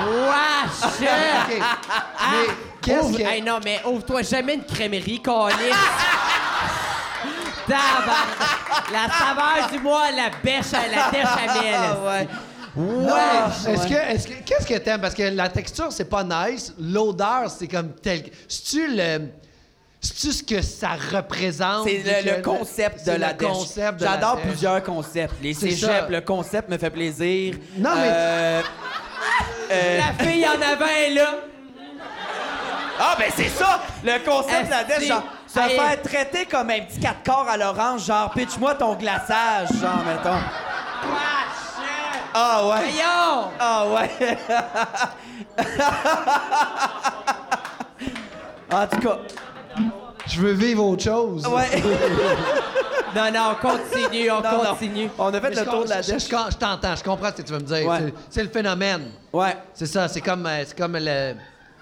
B: Wesh! Ah!
E: OK. Mais qu'est-ce
B: Ouvre-
E: que...
B: Hey, non, mais ouvre-toi jamais une crèmerie, Colin! Tabarnak. La saveur du mois, la bêche à la
C: ah
B: béchamel.
C: ouais.
E: Non,
C: Ah,
E: mais est-ce
C: ouais.
E: que, est-ce que- qu'est-ce que t'aimes? Parce que la texture, c'est pas nice. L'odeur, c'est comme tel. C'est-tu le. C'est-tu ce que ça représente?
C: C'est le, le concept de
E: c'est
C: la
E: le
C: dèche.
E: concept de la
C: J'adore
E: dèche.
C: plusieurs concepts. Les
E: C'est
C: cégeps,
E: ça.
C: le concept me fait plaisir.
E: Non, mais-
C: Euh,
B: La fille en avait, là!
C: Ah, ben c'est ça! Le concept de la
B: Esti.
C: dèche, genre, se
B: Aïe.
C: faire traiter comme un petit quatre quarts à l'orange, genre, pitch-moi ton glaçage, genre, mettons.
B: Wesh!
C: Ah ouais!
B: Voyons!
C: Ah ouais! en tout cas,
E: Je veux vivre autre chose.
C: ouais.
B: Non, non, on continue, on
C: Non, non.
B: continue.
C: On a fait
E: Mais
C: le
E: je
C: tour de la
E: je-
C: dèche.
E: Je, je t'entends, je comprends ce que tu veux me dire.
C: Ouais.
E: C'est, c'est le phénomène.
C: Ouais.
E: C'est ça, c'est comme, euh, c'est comme le.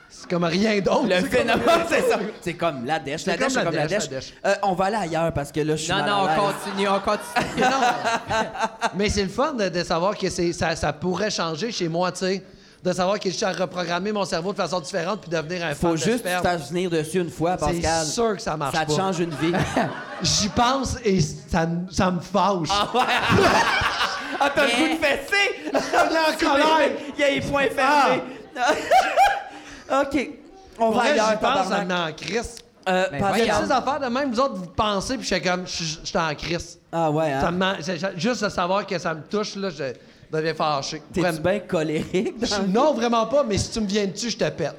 E: C'est comme rien d'autre.
C: Le
E: C'est comme-
C: phénomène, Euh, c'est ça. C'est comme la dèche. La
E: C'est comme
C: dèche, c'est
E: la
C: comme la
E: dèche,
C: dèche.
E: la dèche.
C: Euh, on va aller ailleurs parce que là, je suis.
B: Non,
C: mal
B: non,
C: à
B: on
C: l'aise.
B: continue, on continue.
E: Mais c'est le fun de, de savoir que c'est, ça, ça pourrait changer chez moi, tu sais. De savoir que je suis à reprogrammer mon cerveau de façon différente puis devenir un fan
C: Faut
E: de
C: juste que tu
E: sperme.
C: fasses venir dessus une fois,
E: C'est
C: Pascal.
E: sûr que ça marche
C: Ça te
E: pas.
C: change une vie.
E: J'y pense et ça, m- ça me fâche.
C: ah ouais! ah,
B: Mais-
C: t'as le goût de fesser!
E: en colère.
C: Il y a les points fermés. OK. On va
E: Ah. Pour vrai,
C: ailleurs,
E: j'y pense, ça
C: tabarnak.
E: me met en crise.
C: Euh,
B: Ben,
E: Il y a
C: Pascal.
E: des affaires de même, vous autres, vous pensez, puis je suis comme, je je- je suis en crise.
C: Ah ouais, hein?
E: Ça me man- c'est- ça- juste de savoir que ça me touche, là, je- je deviens fâché.
C: T'es-tu
E: Vraiment.
C: bien colérique?
E: Je- Non, vraiment pas, mais si tu me viens dessus, je te pète.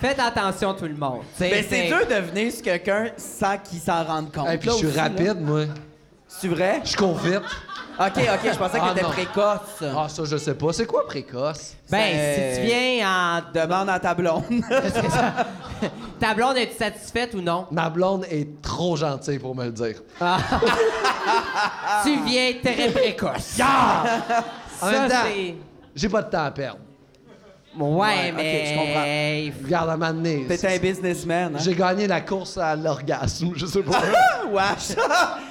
B: Faites attention, tout le monde. T'sais,
C: Mais Ben, c'est dur de venir sur quelqu'un sans qu'il s'en rende compte.
E: Et puis je suis
C: Là aussi, là.
E: rapide, moi.
C: C'est vrai?
E: Je cours vite.
C: OK, OK, je pensais que
E: Ah,
C: t'étais
E: non.
C: précoce.
E: Ah, ça, je sais pas. C'est quoi précoce?
B: Ben,
C: C'est-
B: si tu viens en.
C: Demande à ta blonde.
B: Ta blonde, es-tu satisfaite ou non?
E: Ma blonde est trop gentille pour me le dire.
B: Tu viens très précoce.
E: En
B: Ça,
E: même temps,
B: c'est-
E: j'ai pas de temps à perdre.
B: Ouais,
C: Ouais, ok,
B: mais.
C: je comprends.
B: comprends.
E: Regarde, à un moment donné,
C: T'es un businessman. Hein? Ah,
E: j'ai gagné la course à l'orgasme, je sais pas.
C: Wesh.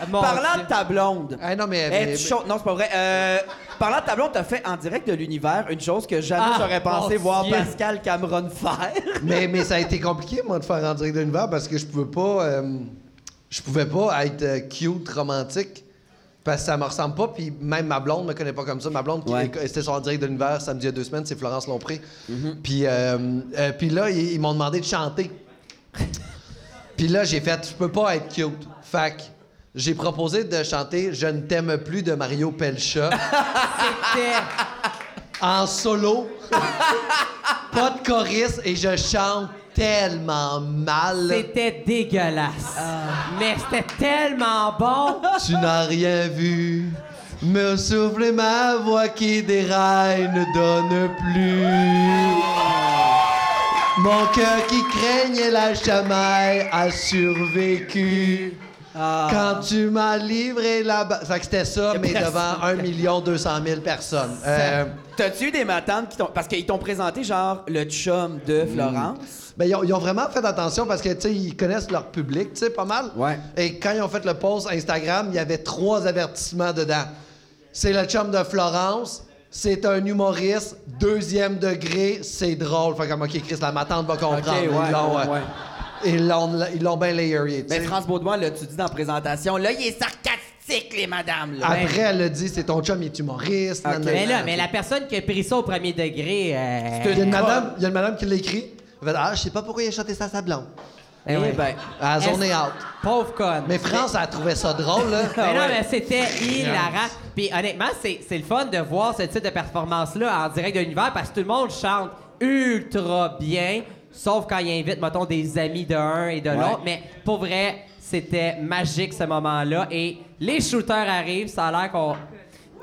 B: Mon
C: Parlant
B: Dieu.
C: de ta blonde.
E: Ah, non, mais-
C: Eh,
B: ben,
E: mais-
C: tu chaudes- Non, c'est pas vrai. Euh, parlant de ta blonde, t'as fait en direct de l'univers une chose que jamais
B: Ah,
C: j'aurais
B: mon
C: pensé voir
B: Dieu.
C: Pascal Cameron faire.
E: mais, mais ça a été compliqué, moi, de faire en direct de l'univers parce que je pouvais pas. euh, je pouvais pas être euh, cute, romantique. Parce que ça me ressemble pas, puis même ma blonde me connaît pas comme ça. Ma blonde, qui
C: Ouais.
E: est- c'était sur en direct de l'univers samedi il y a deux semaines, c'est Florence Lompré. Puis euh, euh, puis là, ils, ils m'ont demandé de chanter. puis là, j'ai fait, je peux pas être cute. Fac, j'ai proposé de chanter Je ne t'aime plus de Mario Pelcha.
B: C'était-
E: en solo, pas de choriste et je chante tellement mal.
B: C'était dégueulasse. Mais c'était tellement bon.
E: Tu n'as rien vu. Me souffler ma voix qui déraille ne donne plus. Mon cœur qui craignait la chamaille a survécu. Quand tu m'as livré la... ba- Fait que c'était ça, mais devant 1 million 200 000 personnes. Euh,
C: T'as-tu eu des matantes qui t'ont. Parce qu'ils t'ont présenté, genre, le chum
B: Mm.
C: de Florence.
E: Ben, ils, ont, ils ont vraiment fait attention parce que, tu sais, ils connaissent leur public, tu sais, pas mal.
C: Ouais.
E: Et quand ils ont fait le post Instagram, il y avait trois avertissements dedans. C'est le chum de Florence. C'est un humoriste, deuxième degré, c'est drôle. Fait comme, OK, Chris, la matante va comprendre.
C: Ok, ouais,
E: Ils l'ont, euh,
C: ouais, ouais.
E: ils l'ont- ils l'ont bien layeré, tu
C: Mais
E: sais.
C: France Baudouin, là, tu dis dans la présentation, là, il est sarcastique, les madames.
B: Ah,
C: là.
E: Après, elle a dit, c'est ton chum, il est humoriste. nanana.
B: Mais là, mais la personne qui a pris ça au premier degré. euh,
E: Il y a une madame, il y a une madame qui l'a écrit. Elle fait, ah, je sais pas pourquoi il a chanté ça à sa blonde.
B: eh
C: Eh
B: ouais.
C: ben.
E: À
B: Est-ce-
E: zone est out.
B: Pauvre conne.
E: Mais Ah France, elle a trouvé ça drôle, là.
B: Mais non, mais c'était hilarant. Puis honnêtement, c'est c'est le fun de voir ce type de performance-là en direct de l'univers parce que tout le monde chante ultra bien, sauf quand il invite, mettons, des amis de un et de l'autre. Mais pour vrai, c'était magique ce moment-là. Et les shooters arrivent, ça a l'air qu'on.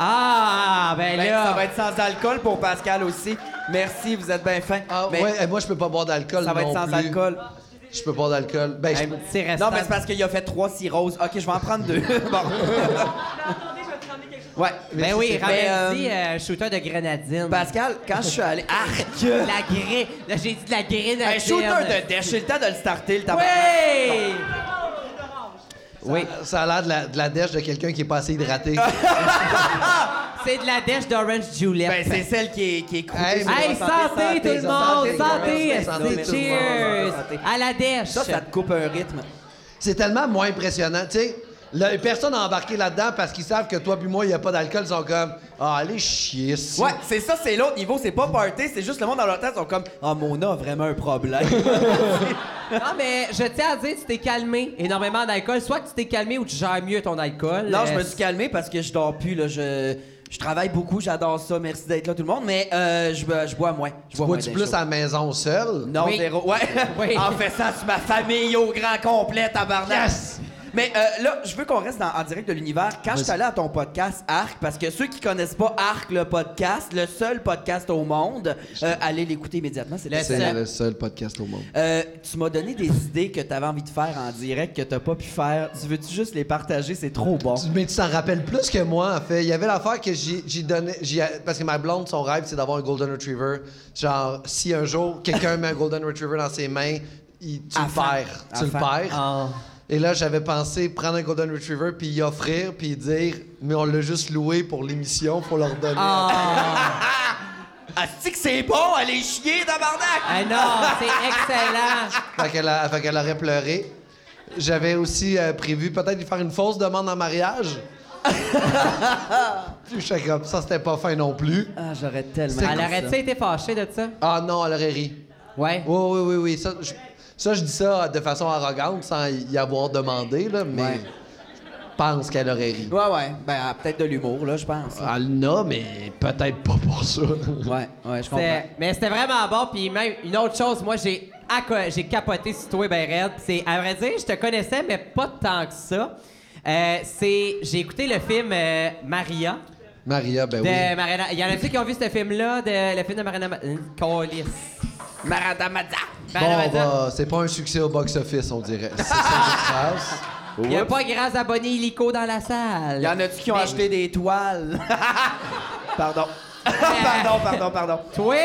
B: Ah, ben,
C: Ben,
B: là.
C: ça va être sans alcool pour Pascal aussi. Merci, vous êtes bien fin.
E: Ah,
C: Mais
E: ouais, eh, moi, je peux pas boire d'alcool.
C: ça va être
E: non
C: sans
E: plus.
C: alcool.
E: Je peux pas boire d'alcool. Ben, je-
B: Un petit restant.
C: Non, mais c'est parce qu'il a fait trois cirrhoses. Ok, je vais en prendre deux. bon. Ouais.
B: Ben oui,
C: Mais,
B: ramène-y,
C: euh,
B: euh, shooter de grenadine.
C: Pascal, quand je suis allé. Arc!
B: La gré. Là, j'ai dit de la grenadine.
C: Un Ben, shooter de déchets, le temps de le starter, le tabac.
B: Oui! Oui.
E: ça a l'air de la, de la dèche de quelqu'un qui est pas assez hydraté.
B: C'est de la dèche d'Orange Julep.
C: Ben, c'est celle qui est, qui est croûtée
E: Hey,
C: sur
B: hey,
C: la
B: santé, tout le monde! Santé!
E: santé, santé,
B: santé,
E: tout le
B: Cheers! À la dèche!
C: Ça, ça te coupe un rythme.
E: C'est tellement moins impressionnant, tu sais. le- Personne n'a embarqué là-dedans parce qu'ils savent que toi puis moi, il n'y a pas d'alcool. Ils sont comme, ah, allez chier. si.
C: Ouais, c'est ça, c'est l'autre niveau. C'est pas party, c'est juste le monde dans leur tête. Ils sont comme, oh, Mona a vraiment un problème.
B: non, mais je tiens à dire, tu t'es calmé énormément d'alcool. Soit que tu t'es calmé ou tu gères mieux ton alcool.
C: Non,
B: Euh,
C: je me suis calmé parce que je dors plus. Là. Je, je travaille beaucoup, j'adore ça. Merci d'être là, tout le monde. Mais euh, je, bois- je bois moins. Je bois moins
E: Bois-tu
C: d'un
E: plus
C: show.
E: à la maison seul?
C: Non,
B: Oui.
C: zéro. Ouais.
B: Oui.
C: en faisant sur ma famille au grand complet, tabarnak.
E: Yes!
C: Mais euh, là, je veux qu'on reste dans- en direct de l'univers. Quand je suis allé à ton podcast Arc, parce que ceux qui connaissent pas Arc, le podcast, le seul podcast au monde, euh, allez l'écouter immédiatement. C'est le seul.
E: seul podcast au monde.
C: Euh, tu m'as donné des idées que tu avais envie de faire en direct que t'as pas pu faire. Tu veux-tu juste les partager? C'est trop bon.
E: Tu- Mais tu t'en rappelles plus que moi, en fait. Il y avait l'affaire que j'ai j'ai donné. j'ai- Parce que ma blonde, son rêve, c'est d'avoir un Golden Retriever. Genre, si un jour quelqu'un met un Golden Retriever dans ses mains, il, tu
C: À
E: le
C: fin.
E: perds.
C: À
E: Tu le
C: fin.
E: perds.
B: Ah.
E: Et là, j'avais pensé prendre un Golden Retriever puis y offrir, puis dire, mais on l'a juste loué pour l'émission, faut leur donner.
C: Ah, tu que c'est bon? Allez chier, tabarnak!
B: Ah non, c'est excellent!
E: Fait qu'elle a- fait qu'elle aurait pleuré. J'avais aussi euh, prévu peut-être lui faire une fausse demande en mariage. Puis j'étais comme, ça, c'était pas fin non plus.
C: Ah, j'aurais tellement.
E: C'est
B: Elle
C: aimé
B: aurait-tu
C: ça.
B: été fâchée de ça?
E: Ah non, elle aurait ri.
B: Ouais.
E: Oui, oui, oui, oui. Ça, je, ça, je dis ça de façon arrogante, sans y avoir demandé, là, mais
C: Ouais.
E: pense qu'elle aurait ri.
C: Ouais, ouais. Ben, euh, peut-être de l'humour, là, je pense.
E: Elle n'a, mais peut-être pas pour ça.
C: Ouais, ouais, je comprends.
B: C'est- Mais c'était vraiment bon. Puis même, une autre chose, moi, j'ai acco- j'ai capoté sur toi, ben raide. C'est, à vrai dire, je te connaissais, mais pas tant que ça. Euh, c'est, j'ai écouté le film euh, Maria
E: Maria, ben
B: de
E: oui.
B: Mariana. Il y en a-tu qui ont vu ce film-là, de, le film de Mariana... Ma- euh, Colis.
C: Maradamaza.
E: Bon, bah,
B: Mariana
E: on va- c'est pas un succès au box-office, on dirait. C'est ça qui se passe.
B: Il n'y a pas grand abonné illico dans la salle.
C: Il y en a-tu qui ont acheté des toiles? pardon. pardon, pardon, pardon.
B: Toi?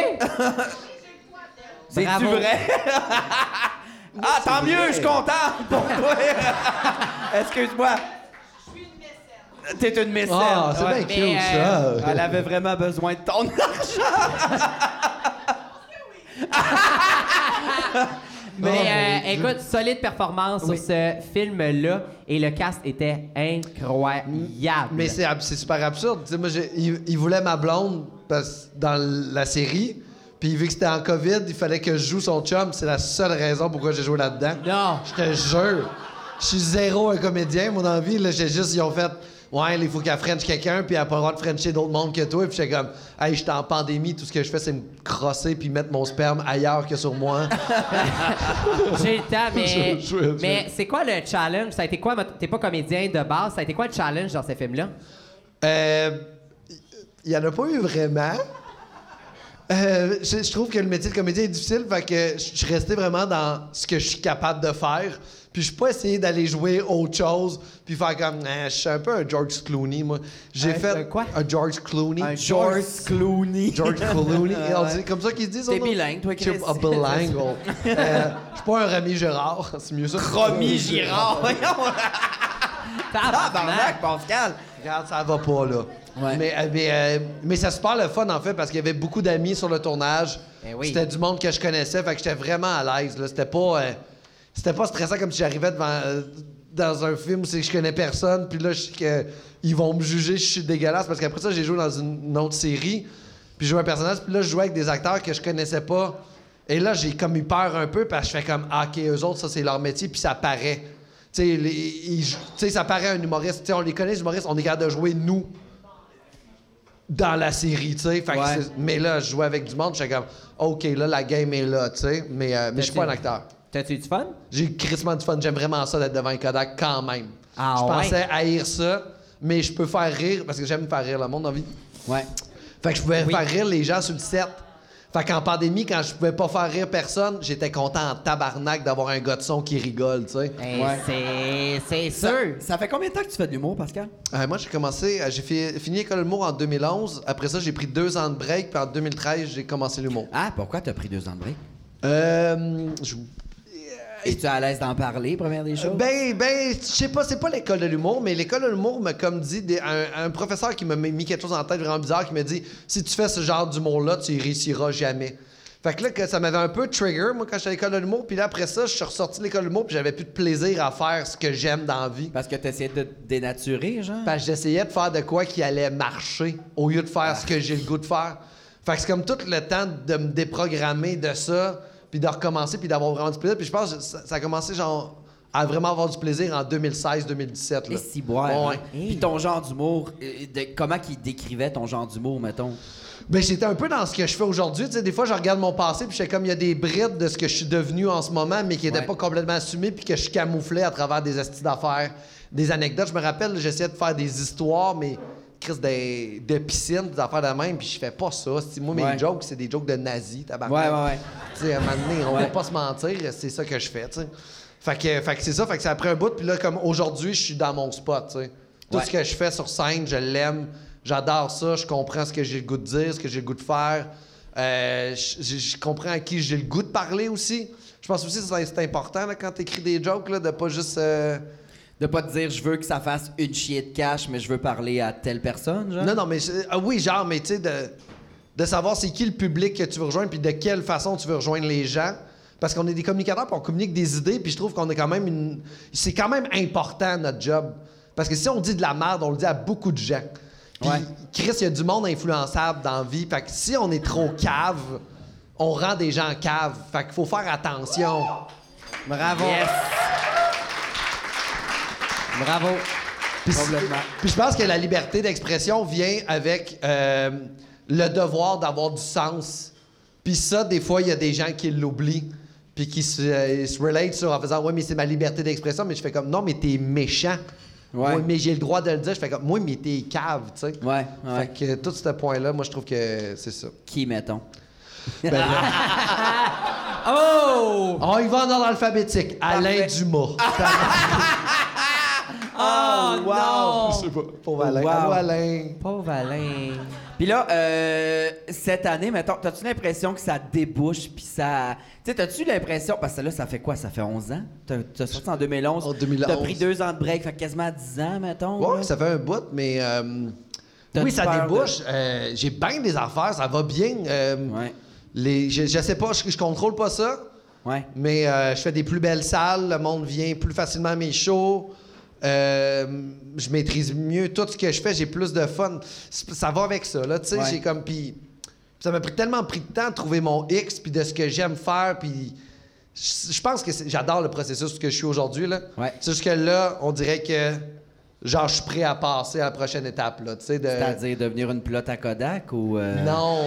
C: C'est-tu
B: Bravo.
C: vrai? ah, tant mieux, je suis content pour toi. Excuse-moi. Ah, T'es une mécène.
E: Ah, c'est
C: Ouais.
E: bien cute,
B: mais, euh,
E: ça.
C: Elle avait vraiment besoin de ton argent.
B: Mais
E: mon
B: euh,
E: Dieu.
B: écoute, solide performance sur ce film-là. Et le cast était incroyable.
E: Mais c'est ab- c'est super absurde. Tu sais, moi, j'ai- il, il voulait ma blonde parce, dans la série. Puis vu que c'était en COVID, il fallait que je joue son chum. C'est la seule raison pourquoi j'ai joué là-dedans.
B: Non.
E: Je te jure. Je suis zéro un comédien, mon envie. Là, j'ai juste, ils ont fait... Ouais, il faut qu'elle French quelqu'un, puis elle n'a pas le droit de Frencher d'autres mondes que toi. Puis j'étais comme, hey, j'étais en pandémie, tout ce que je fais, c'est me crosser puis mettre mon sperme ailleurs que sur moi.
B: J'ai le temps, mais,
E: Je- je- je-
B: mais c'est quoi le challenge? Ça a été quoi? votre- T'es pas comédien de base, ça a été quoi le challenge dans ces films-là?
E: Euh, Il n'y en a pas eu vraiment. Euh, je, je trouve que le métier de comédien est difficile, fait que je je suis resté vraiment dans ce que je suis capable de faire. Puis je suis pas essayé d'aller jouer autre chose, puis faire comme, Eh, je suis un peu un George Clooney, moi. J'ai
B: Un-
E: fait
B: un quoi?
E: un George Clooney.
C: Clooney.
E: George Clooney.
C: Ah,
E: Et on
C: ouais.
E: dit- comme ça qu'ils disent.
C: T'es
E: son nom?
C: bilingue, toi, Chris.
E: Ah, bilingue. oh. Euh, je suis pas un Rami Gérard, c'est mieux ça.
C: Romy Girard. Voyons.
B: Tabarnak!
C: Tabarnak, Ah, ben, Pascal.
E: Regarde, ça va pas, là.
C: Ouais.
E: Mais, euh, mais, euh, mais ça se parle le fun, en fait, parce qu'il y avait beaucoup d'amis sur le tournage.
B: Ben oui.
E: C'était du monde que je connaissais, fait que j'étais vraiment à l'aise. là. C'était pas, euh, c'était pas stressant comme si j'arrivais devant, euh, dans un film où c'est que je connais personne, puis là, je sais que ils vont me juger, je suis dégueulasse, parce qu'après ça, j'ai joué dans une, une autre série, puis je jouais un personnage, puis là, je jouais avec des acteurs que je connaissais pas. Et là, j'ai comme eu peur un peu, parce que je fais comme, ah, OK, eux autres, ça, c'est leur métier, puis ça paraît. Tu sais, les- ils- tu sais, ça paraît un humoriste. Tu sais, on les connaît, les humoristes, on est capable de jouer nous dans la série, tu sais. Fait que
C: Ouais.
E: c'est- Mais là, je jouais avec du monde, j'étais comme, OK, là, la game est là, tu sais. Mais, euh, mais je suis pas un acteur.
B: T'as-tu eu du fun?
E: J'ai eu crissement du fun. J'aime vraiment ça d'être devant un Kodak quand même.
B: Ah
E: je
B: ouais?
E: pensais haïr ça, mais je peux faire rire parce que j'aime faire rire le monde en vie.
C: Ouais.
E: Fait que je pouvais
B: Oui.
E: faire rire les gens sur le set. Fait qu'en pandémie, quand je pouvais pas faire rire personne, j'étais content en tabarnak d'avoir un gars de son qui rigole, tu sais.
B: Eh,
C: Ouais.
B: c'est- C'est
C: Ça,
B: sûr!
C: ça fait combien de temps que tu fais de l'humour, Pascal?
E: Euh, moi, j'ai commencé, euh, j'ai fi- fini l'école de l'humour en 2011. Après ça, j'ai pris deux ans de break, puis en 2013, j'ai commencé l'humour.
C: Ah, pourquoi t'as pris deux ans de break?
E: Euh, je-
C: Es-tu à l'aise d'en parler, première des choses?
E: ben, ben, je sais pas, c'est pas l'école de l'humour, mais l'école de l'humour m'a comme dit, des- un, un professeur qui m'a mis quelque chose en tête vraiment bizarre, qui m'a dit si tu fais ce genre d'humour-là, tu y réussiras jamais. Fait que là, que ça m'avait un peu trigger, moi, quand j'étais à l'école de l'humour, puis là, après ça, je suis ressorti de l'école de l'humour, puis j'avais plus de plaisir à faire ce que j'aime dans la vie.
C: Parce que t'essayais de te dénaturer, genre?
E: Parce que j'essayais de faire de quoi qui allait marcher au lieu de faire ce que j'ai le goût de faire. Fait que c'est comme tout le temps de me déprogrammer de ça, puis de recommencer, puis d'avoir vraiment du plaisir. Puis je pense que ça, ça a commencé genre à vraiment avoir du plaisir en 2016-2017. là.
C: Et si boire.
E: Ouais.
C: hein? Puis ton genre d'humour, euh, de- comment qu'il décrivait ton genre d'humour, mettons?
E: Ben, j'étais un peu dans ce que je fais aujourd'hui. Tu sais, des fois, je regarde mon passé, puis j'étais comme, il y a des brides de ce que je suis devenu en ce moment, mais qui n'étaient
C: Ouais.
E: pas complètement assumées, puis que je camouflais à travers des astuces d'affaires, des anecdotes. Je me rappelle, j'essayais de faire des histoires, mais Chris, des, de piscine, des affaires de même, puis je fais pas ça. C'est- Moi, mes
C: Ouais.
E: jokes, c'est des jokes de nazis, tabarnak.
C: Ouais, ouais, ouais.
E: Tu sais, à un moment donné, on va
C: Ouais.
E: pas se mentir, c'est ça que je fais, tu sais. Fait que, fait que c'est ça, fait que ça a pris un bout, puis là, comme aujourd'hui, je suis dans mon spot, tu sais. Tout
C: Ouais.
E: ce que je fais sur scène, je l'aime, j'adore ça, je comprends ce que j'ai le goût de dire, ce que j'ai le goût de faire. Euh, je- je je comprends à qui j'ai le goût de parler aussi. Je pense aussi que c'est c'est important, là, quand t'écris des jokes, là, de pas juste... euh,
C: De pas te dire, je veux que ça fasse une chier de cash, mais je veux parler à telle personne, genre?
E: Non, non, mais c'est- ah oui, genre, mais tu sais, de, de savoir c'est qui le public que tu veux rejoindre, puis de quelle façon tu veux rejoindre les gens. Parce qu'on est des communicateurs, puis on communique des idées, puis je trouve qu'on est quand même une. C'est quand même important, notre job. Parce que si on dit de la merde, on le dit à beaucoup de gens. Puis,
C: Ouais.
E: Chris, il y a du monde influençable dans la vie. Fait que si on est trop cave, on rend des gens caves. Fait qu'il faut faire attention.
B: Bravo!
C: Yes.
B: Bravo!
E: Puis c-
C: Complètement.
E: Puis je pense que la liberté d'expression vient avec euh, le devoir d'avoir du sens. Puis ça, des fois, il y a des gens qui l'oublient. Puis qui se, euh, ils se relatent sur en faisant Ouais, mais c'est ma liberté d'expression. Mais je fais comme Non, mais t'es méchant.
C: Ouais.
E: Ouais, mais j'ai le droit de le dire. Je fais comme Moi, mais t'es cave, tu sais.
C: Ouais, ouais.
E: Fait que tout ce point-là, moi, je trouve que c'est ça.
C: Qui, mettons?
E: Ben là,
B: Oh!
E: on y va en ordre alphabétique. Alain
B: Parfait.
E: Dumas.
B: Oh,
C: wow.
B: non!
E: sais pas. Pauvre Alain.
C: Wow.
E: Allô, Alain.
B: Pauvre Alain.
C: Puis là, euh, cette année, mettons, t'as-tu l'impression que ça débouche, puis ça... Tu sais, t'as-tu l'impression... Parce que là, ça fait quoi? Ça fait 11 ans? T'as t'as sorti en 2011.
E: En 2011.
C: T'as pris deux ans de break, fait quasiment 10 ans, mettons.
E: Ouais,
C: là.
E: ça fait un bout, mais. euh,
C: T'as
E: oui,
C: du
E: ça
C: peur
E: débouche. Euh, j'ai bien des affaires, ça va bien. euh,
C: Ouais.
E: les, je, je sais pas, je, je contrôle pas ça,
C: Ouais.
E: mais euh, je fais des plus belles salles, le monde vient plus facilement à mes shows. euh, je maîtrise mieux tout ce que je fais, j'ai plus de fun. C'est- Ça va avec ça, là, tu sais.
C: Ouais.
E: J'ai comme. Puis. Ça m'a pris tellement pris de temps de trouver mon X, puis de ce que j'aime faire, puis. Je je pense que c'est- j'adore le processus que je suis aujourd'hui, là.
C: Ouais.
E: C'est juste que là, on dirait que. Genre, je suis prêt à passer à la prochaine étape, là, tu sais. de-
C: C'est-à-dire devenir une pilote à Kodak ou... euh,
E: non.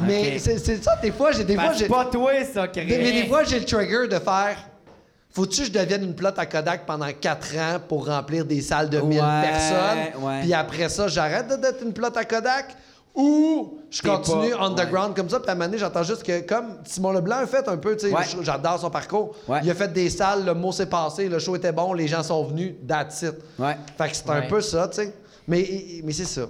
E: Mais
C: Ok.
E: c'est- c'est ça, des fois, j'ai des fois,
C: Parce
E: j'ai.
C: que pas toi, ça, Chris.
E: des- Mais des fois, j'ai le trigger de faire. Faut-tu que je devienne une plate à Kodak pendant 4 ans pour remplir des salles de 1000
C: Ouais,
E: personnes?
C: ouais.
E: Puis après ça, j'arrête de- d'être une plate à Kodak? Ou je
C: T'es
E: continue
C: pas-
E: underground comme ça? Puis à un moment donné, j'entends juste que, comme Simon Leblanc a fait un peu, tu sais,
C: Ouais.
E: je- j'adore son parcours.
C: Ouais.
E: Il a fait des salles, le mot s'est passé, le show était bon, les gens sont venus, that's it.
C: Ouais.
E: Fait que c'est
B: Ouais.
E: un peu ça, tu sais. Mais, mais c'est ça.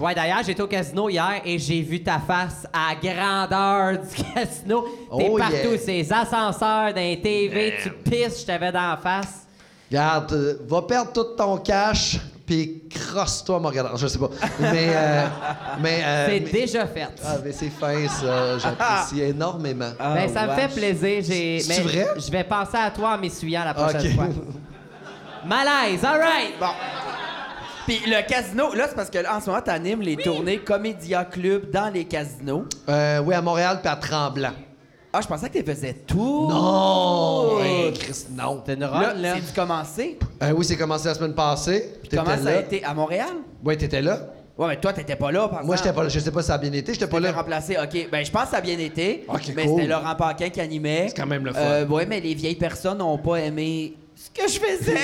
B: Ouais, d'ailleurs, j'étais au casino hier et j'ai vu ta face à grandeur du casino. T'es
E: Oh,
B: partout,
E: yeah.
B: ces ascenseurs d'un TV, tu pisses, je t'avais dans la face.
E: Garde, euh, va perdre tout ton cash, puis crosse-toi, mon regardant. Je sais pas. Mais. euh, mais euh,
B: C'est
E: mais-
B: déjà fait.
E: Ah, mais c'est fin, ça. J'apprécie énormément.
C: Ah,
B: ben, ça me
C: wesh.
B: fait plaisir. J'ai...
E: C'est-tu
B: mais
E: vrai?
B: Je vais penser à toi en m'essuyant la prochaine
E: Ok.
B: fois. Malaise, all right!
C: Bon. Puis le casino, là, c'est parce que là, en ce moment, t'animes les tournées Comédia Club dans les casinos.
E: Euh, oui, à Montréal, puis à Tremblant.
C: Ah, je pensais que tu faisais tout.
E: Non! Hey, Christ, non.
B: T'as une run,
C: Là,
B: là.
C: c'est commencé.
E: Euh, oui, c'est commencé la semaine passée. T'étais
C: Comment ça a
E: là.
C: été à Montréal?
E: Oui, t'étais là.
C: Ouais, mais toi, t'étais pas là. Par
E: Moi, j'étais
C: exemple.
E: pas là. Je sais pas si ça a bien été. J'étais pas
C: T'étais
E: là.
C: remplacé. OK. Ben, je pense que ça a bien été.
E: Ok,
C: mais
E: cool.
C: c'était Laurent Paquin qui animait.
E: C'est quand même le fun.
C: Euh, ouais, mais les vieilles personnes n'ont pas aimé ce que je faisais.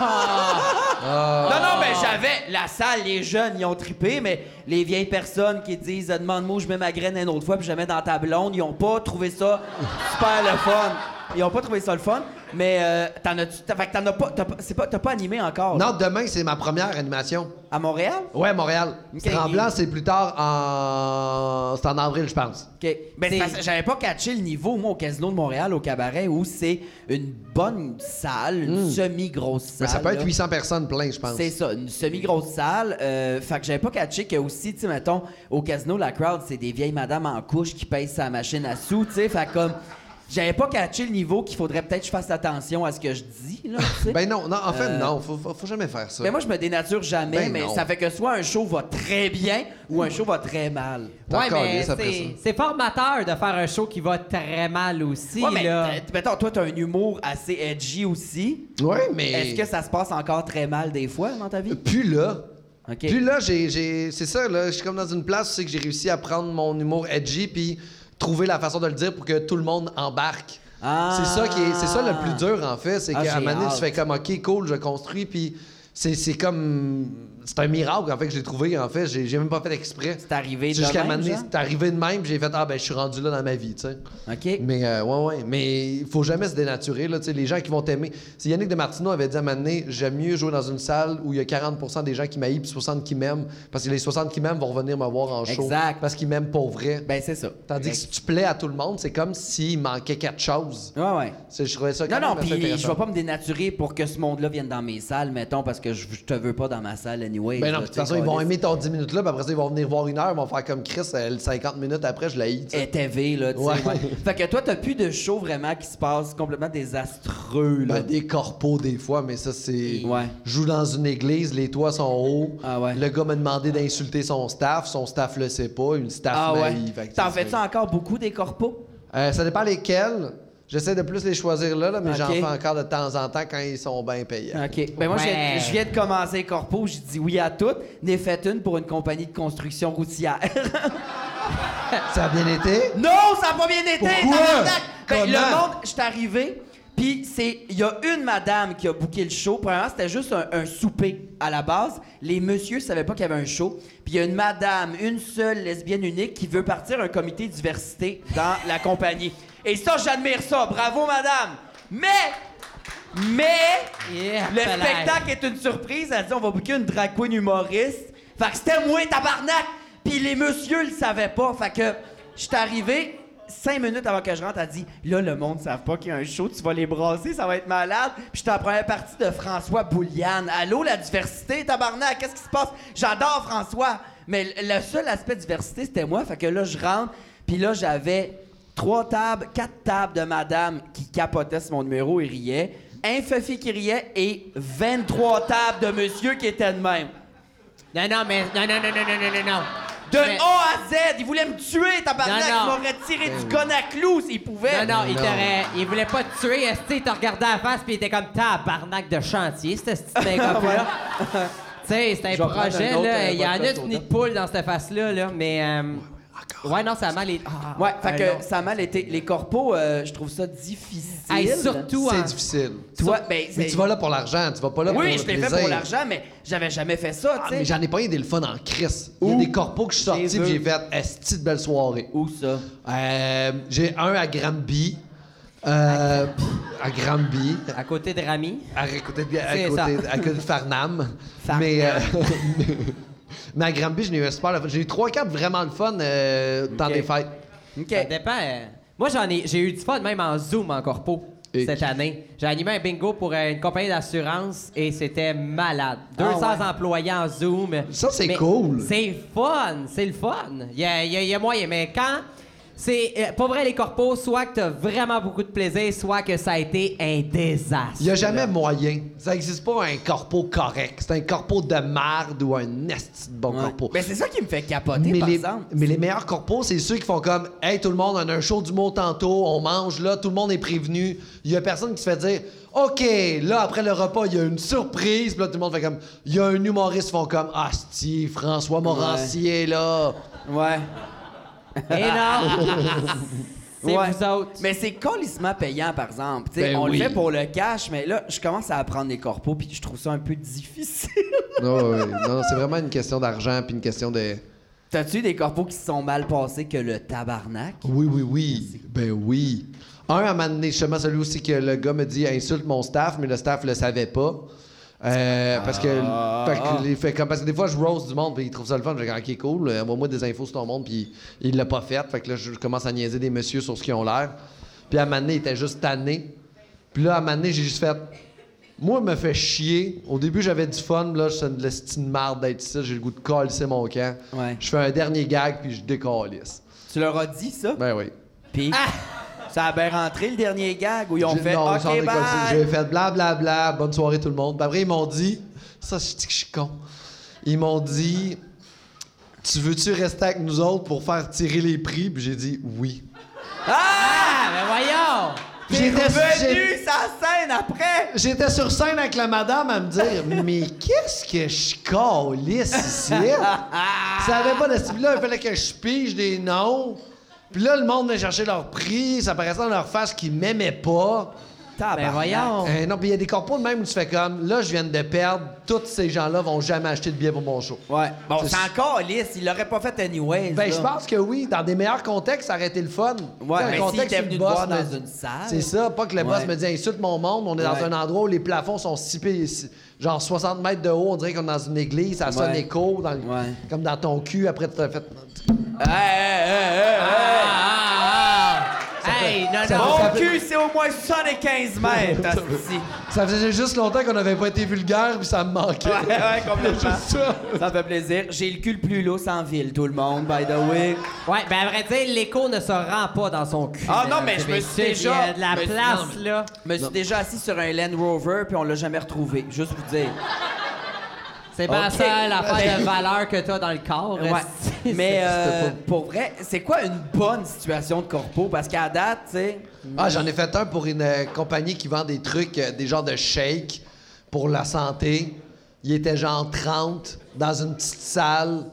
C: Ah. Non, non,
E: Ah.
C: mais j'avais la salle, les jeunes, ils ont trippé, mais les vieilles personnes qui disent euh, Demande-moi où je mets ma graine une autre fois, puis je la mets dans ta blonde, ils ont pas trouvé ça super le fun. Ils ont pas trouvé ça le fun, mais euh, t'en as-tu. t'as- Fait que t'en as pas. T'as pas, c'est pas, t'as pas animé encore. là.
E: Non, demain, c'est ma première animation.
C: À Montréal?
E: Ouais, à Montréal.
C: Ok.
E: Tremblant, c'est plus tard en. C'est en avril, je pense.
C: OK. Ben, c'est parce que j'avais pas catché le niveau, moi, au Casino de Montréal, au cabaret, où c'est une bonne salle, une semi-grosse
E: Mais
C: salle.
E: ça peut être
C: là.
E: 800 personnes plein, je pense.
C: C'est ça, une semi-grosse salle. euh, fait que j'avais pas catché que aussi, tu sais, mettons, au casino, la crowd, c'est des vieilles madames en couche qui pèsent sa machine à sous, tu sais. Fait que comme, j'avais pas catché le niveau qu'il faudrait peut-être que je fasse attention à ce que je dis, là, tu sais.
E: Ben non, non, en fait,
C: Euh,
E: non, faut, faut, faut jamais faire ça.
C: Mais moi, je me dénature jamais,
E: Ben
C: mais
E: non.
C: ça fait que soit un show va très bien ou un show va très mal.
E: T'as
B: Ouais,
E: encore
B: mais
E: lisse après
B: c'est, c'est formateur de faire un show qui va très mal aussi,
C: Ouais, mais
B: là.
C: euh, mettons, toi, t'as un humour assez edgy aussi.
E: Oui, mais.
C: Est-ce que ça se passe encore très mal des fois dans ta vie?
E: Puis là.
C: OK.
E: Puis là, j'ai, j'ai- c'est ça, là, je suis comme dans une place où c'est que j'ai réussi à prendre mon humour edgy puis trouver la façon de le dire pour que tout le monde embarque.
C: Ah.
E: C'est ça qui est, c'est ça le plus dur en fait, c'est
C: Ah,
E: qu'à un
C: j'ai
E: moment donné,
C: hâte.
E: tu fais comme OK, cool, je construis puis c'est, c'est comme c'est un miracle en fait que j'ai trouvé en fait, j'ai, j'ai même pas fait exprès.
C: C'est arrivé de
E: Jusqu'à un
C: même,
E: moment donné,
C: genre?
E: c'est arrivé de même, puis j'ai fait ah ben je suis rendu là dans ma vie, tu sais.
C: OK.
E: Mais euh, ouais, ouais. Mais il faut jamais se dénaturer. Là, Tu sais, les gens qui vont t'aimer. Si Yannick Demartino avait dit à un moment donné, j'aime mieux jouer dans une salle où il y a 40 des gens qui m'haïssent puis 60 qui m'aiment, parce que les 60 qui m'aiment vont revenir me voir en show.
C: Exact.
E: Parce qu'ils m'aiment pour vrai.
C: Ben, c'est ça.
E: Tandis que si tu plais à tout le monde, c'est comme s'il manquait quelque chose.
C: Ouais, ouais.
E: C'est- Je trouvais ça quand
C: Non, non,
E: même assez
C: puis je
E: intéressant.
C: vais pas me dénaturer pour que ce monde-là vienne dans mes salles, mettons, parce que je, je te veux pas dans ma salle anyway. là,
E: Ben non, puis
C: tu
E: de toute
C: sais,
E: façon, ils vont
C: câlisse.
E: aimer ton 10 minutes là, puis après ça, ils vont venir voir une heure, ils vont faire comme Chris, euh, 50 minutes après, je l'haïs. tu sais.
C: Et TV, là, tu sais.
E: Ouais.
C: ouais. Fait que toi, t'as plus de show vraiment qui se passe complètement désastreux, là.
E: Ben, des corpos des fois, mais ça c'est.
C: Ouais.
E: Je joue dans une église, les toits sont hauts.
C: Ah ouais.
E: Le gars m'a demandé d'insulter son staff, son staff le sait pas, une staff
C: Ah ouais.
E: naïve. Fait que
C: T'en
E: ça, c'est-
C: fais-tu encore beaucoup des corpos?
E: Euh, Ça dépend lesquels. J'essaie de plus les choisir là, là, mais j'en
C: Ok.
E: fais encore de temps en temps quand ils sont bien payés.
C: OK. Ben moi, je viens-
B: Ouais.
C: je viens de commencer Corpo, je dis oui à toutes. N'ai fait une pour une compagnie de construction routière.
E: Ça a bien été?
C: non, ça n'a pas bien été!
E: Pourquoi?
C: tabarnak! Ben, le
E: Comment?
C: monde, je suis arrivé, puis c'est... Il y a une madame qui a booké le show. Premièrement, c'était juste un, un souper à la base. Les messieurs savaient pas qu'il y avait un show. Puis il y a une madame, une seule lesbienne unique, qui veut partir un comité diversité dans la compagnie. Et ça, j'admire ça. Bravo, madame! Mais... Mais...
B: Yeah,
C: Le
B: palais.
C: spectacle est une surprise. Elle dit on va booker une drag queen humoriste. Fait que c'était moi, tabarnak! Puis les messieurs le savaient pas. Fait que je suis arrivé. Cinq minutes avant que je rentre, elle dit Là, le monde ne savent pas qu'il y a un show, tu vas les brasser, ça va être malade. Puis j'étais en première partie de François Bouliane. Allô, la diversité, tabarnak, qu'est-ce qui se passe J'adore François, mais le- le seul aspect diversité, c'était moi. Fait que là, je rentre, puis là, j'avais trois tables, quatre tables de madame qui capotaient sur mon numéro et riaient, un Fefi qui riait et 23 tables de monsieur qui étaient de même.
B: Non, non, mais. Non, non, non, non, non, non, non, non.
C: De
B: Mais-
C: A à Z, ils voulaient me tuer, tabarnak,
B: Non,
C: ils
B: non.
C: m'auraient tiré du Conaclou s'ils pouvaient.
B: Non, non, il
E: non.
B: t'aurait. Il voulait pas te tuer, Esti, il t'a regardé à la face, puis il était comme tabarnak de chantier, c'était ce petit là Tu sais, c'était
C: Je
B: un
C: vais prendre
B: projet,
C: un autre,
B: là.
C: euh,
B: Il y en a
C: vodka
B: du
C: soda.
B: nid de poule dans cette face-là, là, mais. euh, ouais, non, ça a mal. été- Ah,
C: Ouais, fait
B: euh,
C: que
B: non.
C: ça a mal été. Les corpos, euh, je trouve ça difficile.
B: Hey, surtout
E: C'est
B: en-
E: difficile.
C: hein. Toi, ben,
E: Mais
C: c'est-
E: tu vas là pour l'argent, tu vas pas là pour
C: Oui, je
E: le
C: l'ai
E: plaisir.
C: fait pour l'argent, mais j'avais jamais fait ça,
E: Ah,
C: tu
E: mais
C: sais.
E: j'en ai pas eu des le fun en crise. Il y a
C: Où?
E: des corpos que je suis sorti
C: Chez
E: et
C: eux.
E: j'ai fait esti de belle soirée.
C: Où ça?
E: Euh, j'ai un à Granby. Euh, à Granby.
B: À côté de Rami.
E: À côté de, à
B: C'est
E: côté, à côté de Farnham.
C: Farnham.
E: Mais, euh, mais à Granby, j'ai eu un super le fun. J'ai eu trois, quatre vraiment le fun euh, dans
C: Ok.
E: les fêtes.
C: OK.
B: Ça dépend. euh. Moi, j'en ai, j'ai eu du fun même en Zoom en corpo
E: Et-
B: cette année. J'ai animé un bingo pour euh, une compagnie d'assurance et c'était malade.
C: Ah
B: 200
C: ouais.
B: employés en Zoom.
E: Ça, c'est
B: Mais
E: cool.
B: C'est fun, c'est le fun. Il y a, il y a- il y a moyen, mais quand... C'est euh, pas vrai, les corpos, soit que t'as vraiment beaucoup de plaisir, soit que ça a été un désastre.
E: Il n'y a jamais moyen. Ça n'existe pas un corpo correct. C'est un corpo de marde ou un esti de bon
C: Ouais.
E: corpo.
C: Ben, c'est ça qui me fait capoter,
E: mais
C: par
E: les,
C: exemple.
E: mais les meilleurs corpos, c'est ceux qui font comme Hey, tout le monde, on a un show du mot tantôt, on mange là, tout le monde est prévenu. Il y a personne qui se fait dire OK, là, après le repas, il y a une surprise. Puis là, tout le monde fait comme Il y a un humoriste, ils font comme Ah, si, François Morancier, là.
C: Ouais.
B: Et non! c'est
C: Ouais.
B: vous autres.
C: Mais c'est colissement payant, par exemple. Tu sais,
E: Ben
C: on
E: oui.
C: le fait pour le cash, mais là, je commence à apprendre les corpos, puis je trouve ça un peu difficile.
E: Non, oui, non, non, c'est vraiment une question d'argent puis une question de.
C: T'as-tu des corpos qui se sont mal passés que le tabarnak?
E: Oui, oui, oui. Ben oui. Un, à un moment donné, justement, celui aussi que le gars me dit insulte mon staff, mais le staff le savait pas. Euh, parce que, fait que les- fait comme- parce que des fois je rose du monde puis ils trouvent ça le fun je dis ok cool euh, envoie-moi des infos sur ton monde puis il l'a pas fait fait que là je commence à niaiser des messieurs sur ce qu'ils ont l'air puis à un moment donné il était juste tanné puis là à un moment donné j'ai juste fait moi il me fait chier au début j'avais du fun là je suis une l'esti de marde d'être ici j'ai le goût de colisser mon camp
C: Ouais.
E: je fais un dernier gag puis je décalisse
C: Tu leur as dit ça?
E: ben oui
C: Puis
B: Ah!
C: ça a bien rentré le dernier gag où ils ont
E: J'ai-
C: fait
E: non, j'en ai
C: OK,
E: comme ça. J'ai
C: bye.
E: fait blablabla, bonne soirée tout le monde. Puis après, ils m'ont dit, ça, je dis que je suis con. Ils m'ont dit, tu veux-tu rester avec nous autres pour faire tirer les prix? Puis j'ai dit oui.
B: Ah, mais voyons!
C: T'es
E: J'étais j'ai-
C: revenu sa scène après.
E: J'étais sur scène avec la madame à me dire Mais qu'est-ce que je calisse ici? ça avait pas de style. Là, il fallait que je pige des noms. Puis là, le monde venait chercher leur prix. Ça paraissait dans leur face qu'ils m'aimaient pas.
B: Ben
C: Tabarnak. Oh.
B: voyons!
E: Euh, non, puis il y a des corpos de même où tu fais comme là, je viens de perdre, tous ces gens-là vont jamais acheter de billets pour mon show.
C: Ouais. Bon,
E: C'est-
C: c'est encore lisse. Il l'aurait pas fait anyway.
E: Ben, je pense que oui, dans des meilleurs contextes, ça aurait été le fun.
C: Ouais,
E: Dans un
C: mais s'il
E: contexte
C: était
E: où
C: venu
E: le
C: te
E: boss
C: voir
E: me-
C: dans une salle.
E: C'est ça, pas que le boss
C: Ouais.
E: me dit insulte mon monde, on est dans
C: Ouais.
E: un endroit où les plafonds sont six pieds, six- genre 60 mètres de haut, on dirait qu'on est dans une église, ça sonne
C: Ouais.
E: écho, dans le-
C: Ouais.
E: comme dans ton cul après tu t'as fait.
C: Hey, hey, hey, hey, hey.
B: Ah, ah, ah. Hey, non,
E: ah, ça-
B: non!
E: ça-
C: Mon cul, c'est au moins 75 mètres. asti.
E: Ça faisait juste longtemps qu'on n'avait pas été vulgaire, puis ça me manquait.
C: Ouais, ouais, complètement.
E: Juste ça.
C: Ça me fait plaisir. J'ai le cul le plus lourd en ville, tout le monde, by the way.
B: Ouais, ben à vrai dire, l'écho ne se rend pas dans son cul.
C: Ah non,
B: mesdames
C: mais je me
B: et
C: suis
B: messieurs,
C: déjà-
B: Il y a de la
C: me suis- non,
B: place,
C: mais-
B: là.
C: Je me suis déjà assis sur un Land Rover, puis on l'a jamais retrouvé. Juste vous dire.
B: C'est pas
C: Ok.
B: ça l'affaire
C: Mais-
B: de valeur que t'as dans le corps.
C: Ouais.
B: esti.
C: Mais euh,
E: C'était pas-
C: pour vrai, c'est quoi une bonne situation de corpo? Parce qu'à date, tu sais.
E: Ah, j'en ai fait un pour une euh, compagnie qui vend des trucs, euh, des genres de shakes pour la santé. Il était genre 30 dans une petite salle.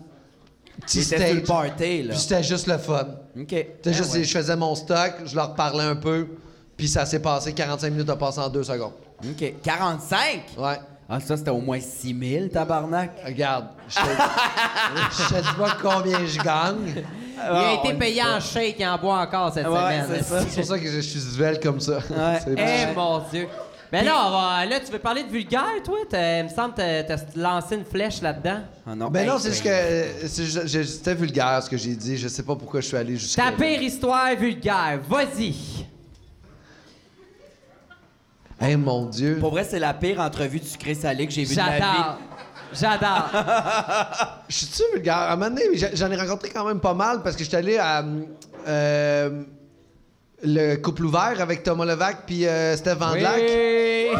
E: Petit
C: C'était
E: stage.
C: le party, là.
E: Puis c'était juste le fun.
C: OK.
E: C'était
C: Ah
E: juste,
C: ouais.
E: je faisais mon stock, je leur parlais un peu, puis ça s'est passé. 45 minutes a passé en deux secondes.
C: OK. 45?
E: Ouais.
C: Ah, ça, c'était au moins 6 000, tabarnak.
E: Regarde, je te je te dis pas combien je gagne.
B: Il a été payé en shake et en bois encore cette
C: Ouais,
B: semaine.
C: c'est ça.
E: C'est pour ça que je suis duvel comme ça.
C: Ouais.
E: C'est
B: Eh
E: bon.
B: mon Dieu. Mais là, on va- là, tu veux parler de vulgaire, toi? T'as- Il me semble que t'as t'as lancé une flèche là-dedans.
C: Ah non.
E: Ben
C: Hey,
E: non, c'est ce que. euh, c'est ju- je- C'était vulgaire ce que j'ai dit. Je sais pas pourquoi je suis allé jusqu'à.
B: Ta pire histoire vulgaire, vas-y.
E: Eh mon Dieu.
C: Pour vrai, c'est la pire entrevue du sucré salé que j'ai vue de ma vie.
B: J'adore. J'adore.
E: Je suis-tu vulgaire? À un moment donné, j'a- j'en ai rencontré quand même pas mal parce que j'étais allé à. euh, le couple ouvert avec Thomas Levac puis euh, Steph Van
B: Oui.
E: Black.
B: Hey.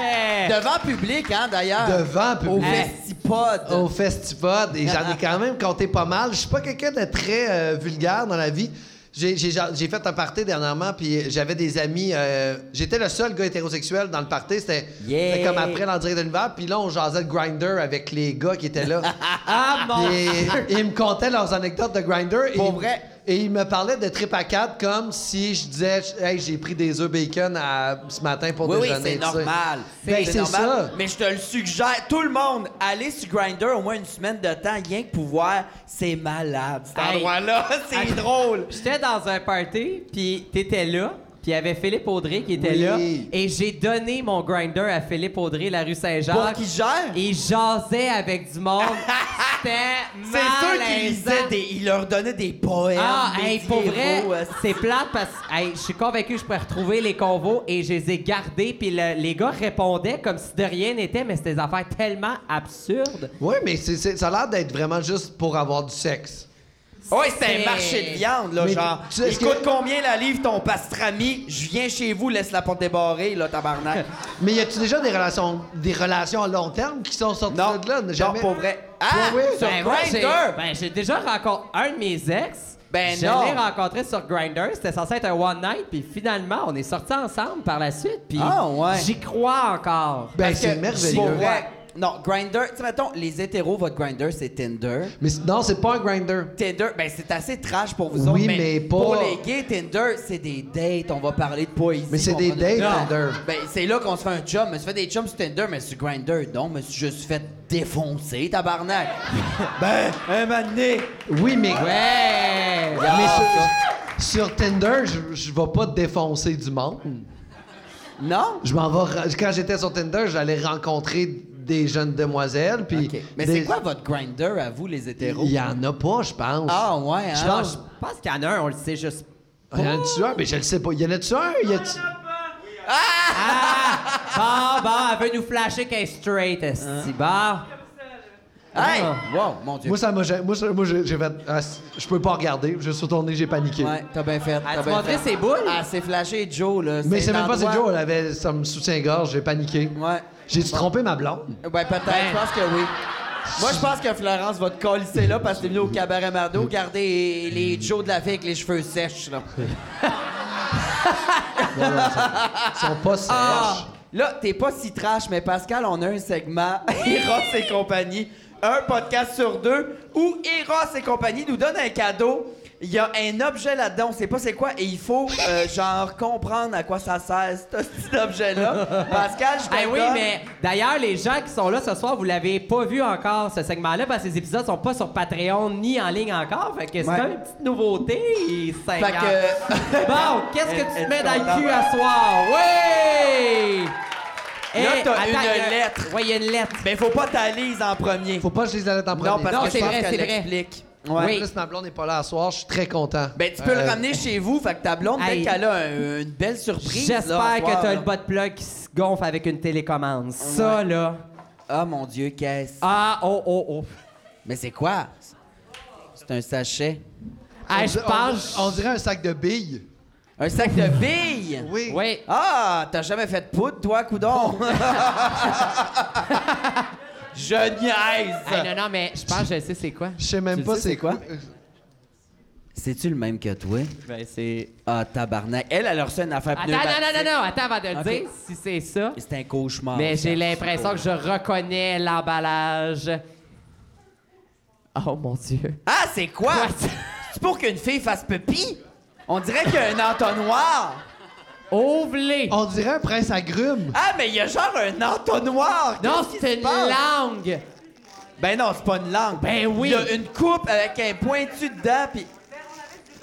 C: Eh. Devant public, hein, d'ailleurs.
E: Devant
C: Au
E: public.
C: Festipod.
E: Au festipod. Et j'en ai quand même compté pas mal. Je suis pas quelqu'un de très euh, vulgaire dans la vie. J'ai j'ai- j'ai fait un party dernièrement, puis j'avais des amis. euh, J'étais le seul gars hétérosexuel dans le party. C'était
C: Yeah.
E: c'était comme après l'entrée de l'univers. Puis là, on jasait de Grinder avec les gars qui étaient là.
B: Ah mon
E: Et, et ils me contaient leurs anecdotes de Grinder.
C: Pour vrai?
E: Et ils me parlaient de trip à quatre comme si je disais Hey, j'ai pris des œufs bacon à- ce matin pour
C: Oui, oui,
E: déjeuner.
C: c'est
E: tu sais.
C: normal.
E: Ben, c'est ça.
C: Mais je te le suggère, tout le monde, allez sur Grinder au moins une semaine de temps, rien que pouvoir, c'est malade. Cet
B: Hey.
C: endroit-là, c'est drôle.
B: J'étais dans un party, puis t'étais là, puis il y avait Philippe Audrey qui était
E: Oui.
B: là, et j'ai donné mon grinder à Philippe Audrey, la rue
C: Pour
B: Saint-Jacques.
C: qui gère?
B: Il jasait avec du monde. C'était
C: C'est sûr qu'il
B: malaisant.
C: lisait des. Il leur donnait des poèmes.
B: Ah,
C: des
B: hey,
C: petits
B: pour vrai,
C: héros, euh,
B: c'est plate parce que hey, je suis convaincu que je pourrais retrouver les convos et je les ai gardés. Puis le- les gars répondaient comme si de rien n'était, mais c'était des affaires tellement absurdes.
E: Oui, mais c'est- c'est- ça a l'air d'être vraiment juste pour avoir du sexe.
C: Ouais, c'est
B: c'est-
C: un marché de viande, là,
E: Mais
C: genre.
E: tu sais,
C: il
E: est-ce
C: coûte
E: que-
C: combien la livre ton pastrami? Je viens chez vous, laisse la porte débarrée, là, tabarnak.
E: Mais y a-tu déjà des relations, des relations à long terme qui sont sorties
C: non,
E: de là?
C: non, pour vrai. Ah,
E: oui.
C: sur
B: Ben, moi, j'ai-
C: Grindr!
B: Ben, j'ai déjà rencontré un de mes ex.
C: Ben
B: je
C: non.
B: l'ai rencontré sur Grindr, c'était censé être un one night, puis finalement, on est sortis ensemble par la suite, puis
C: Ah, ouais.
B: j'y crois encore.
E: Ben,
C: Parce
E: c'est
C: que
E: merveilleux.
C: pour vrai, Non, Grinder, tu sais, mettons, les hétéros, votre Grinder, c'est Tinder.
E: Mais c- non, c'est pas un grinder.
C: Tinder, ben c'est assez trash pour vous
E: Oui,
C: autres.
E: mais pas-
C: Pour les gays, Tinder, c'est des dates. On va parler de poésie.
E: Mais c'est
C: on
E: des
C: va-
E: dates,
C: Non.
E: Tinder.
C: Ben c'est là qu'on se fait un chum. Mais se fait des chums sur Tinder, mais sur Grinder, non. Mais je suis fait défoncer, tabarnak. ben, un moment donné.
E: Oui, mais,
B: Ouais!
E: mais sur, sur Tinder, je, je vais pas défoncer du monde.
C: Non?
E: Je m'en vais. ra- Quand j'étais sur Tinder, j'allais rencontrer des jeunes demoiselles. Puis
C: OK. Mais
E: des-
C: c'est quoi votre Grinder à vous, les hétéros?
E: Il y en a pas, je pense.
C: Ah, ouais, hein?
B: Je pense, je pense qu'il y en a un, on le sait juste.
E: Il y en a-tu un? Mais je le sais pas. Il y en a-tu un? Il Y a-tu...
B: Bon, bon, elle veut nous flasher qu'elle est straight, esti. Bon.
C: Hein? Hey! Wow, mon Dieu.
E: Moi, ça m'a... gê- Moi, ça- moi, j'ai, j'ai fait... ah, c- je peux pas regarder. Je suis retourné, j'ai paniqué.
C: Ouais, t'as bien fait. t'as
B: Elle t'a
C: bien
B: montré
C: fait.
B: ses boules?
C: Ah, c'est flashé Joe, là.
E: Mais c'est
C: un
E: même pas... C'est
C: endroit-
E: Joe, elle avait son soutien-gorge. J'ai paniqué.
C: Ouais.
E: J'ai-tu trompé ma blonde?
C: Ben, peut-être, je pense que oui. Moi, je pense que Florence va te colisser là parce que t'es venu au cabaret Mardo garder les Joe de la fille avec les cheveux sèches, là.
E: Non, non, ils sont- ils sont pas sèches.
C: Ah! Là, t'es pas si trash, mais Pascal, on a un segment Eros et compagnie, un podcast sur deux, où Eros et compagnie nous donne un cadeau. Il y a un objet là-dedans, on sait pas c'est quoi, et il faut, euh, genre, comprendre à quoi ça sert, ce petit objet-là. Pascal, je te
B: Ah
C: le
B: oui,
C: donne.
B: mais d'ailleurs, les gens qui sont là ce soir, vous l'avez pas vu encore, ce segment-là, parce que les épisodes sont pas sur Patreon ni en ligne encore. Fait que c'est
C: Ouais.
B: comme une petite nouveauté.
C: Fait que-
B: bon, qu'est-ce que tu
C: Elle-
B: te mets
C: elle
B: dans
C: comprend.
B: le cul à soir? Oui!
C: Là,
B: Eh,
C: t'as
B: attends,
C: une
B: il y a-
C: lettre.
B: Oui, il y a une lettre.
C: Mais Ben, faut pas ta lise en premier.
E: Faut pas que je les allais en premier.
C: Non, parce
B: Non,
C: que
B: c'est
C: je pense
B: vrai,
C: qu'elle
B: c'est vrai.
C: l'explique.
E: En
C: Ouais.
B: Oui.
E: plus, ma blonde n'est pas là à soir. Je suis très content.
C: Ben, tu peux
E: Euh,
C: le ramener chez vous, fait que ta blonde,
B: Hey.
C: peut-être qu'elle a un- une belle surprise. là,
B: J'espère
C: à
B: que
C: soir,
B: t'as
C: là.
B: le bas de plug qui se gonfle avec une télécommande. Ça, là.
C: Ah, mon Dieu, qu'est-ce?
B: Ah, oh, oh, oh.
C: Mais c'est quoi? C'est un sachet.
B: Ah,
E: on
B: je
E: di-
B: pense.
E: On, on dirait un sac de billes.
C: Un sac de billes?
E: Oui.
B: Oui.
C: Ah, t'as jamais fait de poudre, toi, coudon? Je niaise!
B: Hey, non, non, mais je pense que je sais c'est quoi.
E: Je sais même
C: Tu le
E: pas
C: sais, c'est quoi?
F: C'est-tu le même que toi?
C: Ben, c'est.
F: Ah, tabarnak.
C: Elle, elle a reçu une affaire
B: Attends, non,
C: pneumatique.
B: non, non, non, attends avant de le
C: Ok.
B: dire si c'est ça.
F: C'est un
C: Ah,
F: cauchemar.
B: Mais j'ai
F: ça.
B: l'impression que je reconnais l'emballage. Oh mon Dieu.
C: Ah, c'est quoi?
B: Quoi?
C: C'est pour qu'une fille fasse pipi? On dirait qu'il y a un entonnoir. Oh,
B: Ouvre-les!
E: On dirait un prince à grume.
C: Ah, mais il y a genre un entonnoir.
B: Non,
C: Qu'est-ce qui
B: c'est
C: se
B: une
C: passe?
B: langue!
C: Ben non, c'est pas une langue.
B: Ben oui.
C: Il y a une coupe avec un pointu dedans, puis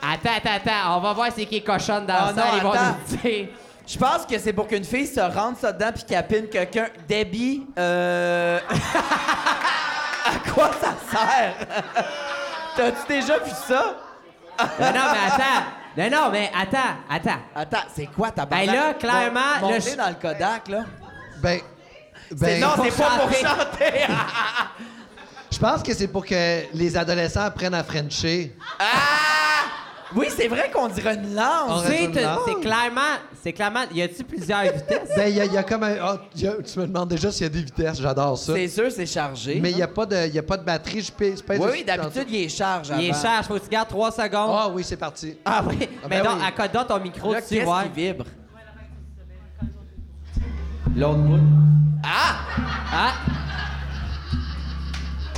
B: Attends, attends, attends, on va voir c'est qui est cochonne dans ça,
C: Oh non,
B: ils vont
C: attends.
B: nous dire.
C: je pense que c'est pour qu'une fille se rentre ça dedans puis qu'elle pine quelqu'un. Debbie, euh... à quoi ça sert? T'as-tu déjà vu ça?
B: Non, non, mais attends! Non, non, mais attends, attends.
C: Attends, c'est quoi ta
B: Ben là, clairement, le ch-
C: dans le Kodak, là.
E: Ben.
C: C'est-
E: ben
C: non,
B: pour
C: c'est pas pour
B: chanter.
C: chanter.
E: je pense que c'est pour que les adolescents apprennent à frencher.
C: Ah! oui, c'est vrai qu'on dirait une langue.
E: On
B: C'est
E: raisonne langue.
B: c'est clairement, c'est clairement, y a-tu plusieurs vitesses?
E: Ben, il y, a- il y a comme un. ah, il y a- tu me demandes déjà s'il y a des vitesses, j'adore ça.
C: C'est sûr, c'est chargé.
E: Mais il n'y a, pas de- il y a pas de batterie, je peux. je peux être
C: hein? Oui,
E: aussi-
C: oui, d'habitude, il est charge
B: Il est
C: avant.
B: cher, faut que tu gardes 3 secondes.
E: Ah oui, c'est parti.
B: Ah oui,
E: Ah
B: mais
E: ben
B: donc,
E: oui.
B: accorde donc ton micro
C: Oh, Là,
B: dessus,
C: qu'est-ce
B: ouais.
C: qui vibre?
F: L'autre bout.
B: Ah!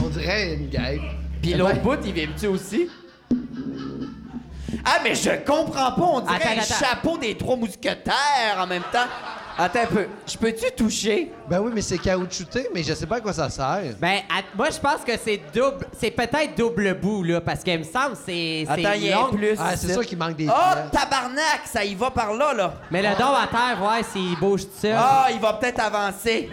E: On dirait une guêpe. Eh ben-
C: Puis l'autre bout, il vibre-tu aussi? Ah, mais je comprends pas. On dirait
B: Attends,
C: un
B: attends.
C: chapeau des trois mousquetaires en même temps. Attends un peu. Je peux-tu toucher?
E: Ben oui, mais c'est caoutchouté, mais je sais pas à quoi ça sert.
B: Ben, à- moi, je pense que c'est double. C'est peut-être double bout, là, parce qu'il me semble que c'est. c'est
C: Attends, il y a
B: long.
C: plus.
E: Ah, c'est sûr qu'il manque des
C: Oh,
E: pièces.
C: tabarnak! Ça y va par là, là.
B: Mais le dos à terre, ouais, s'il bouge tout seul.
C: Ah, il va peut-être avancer.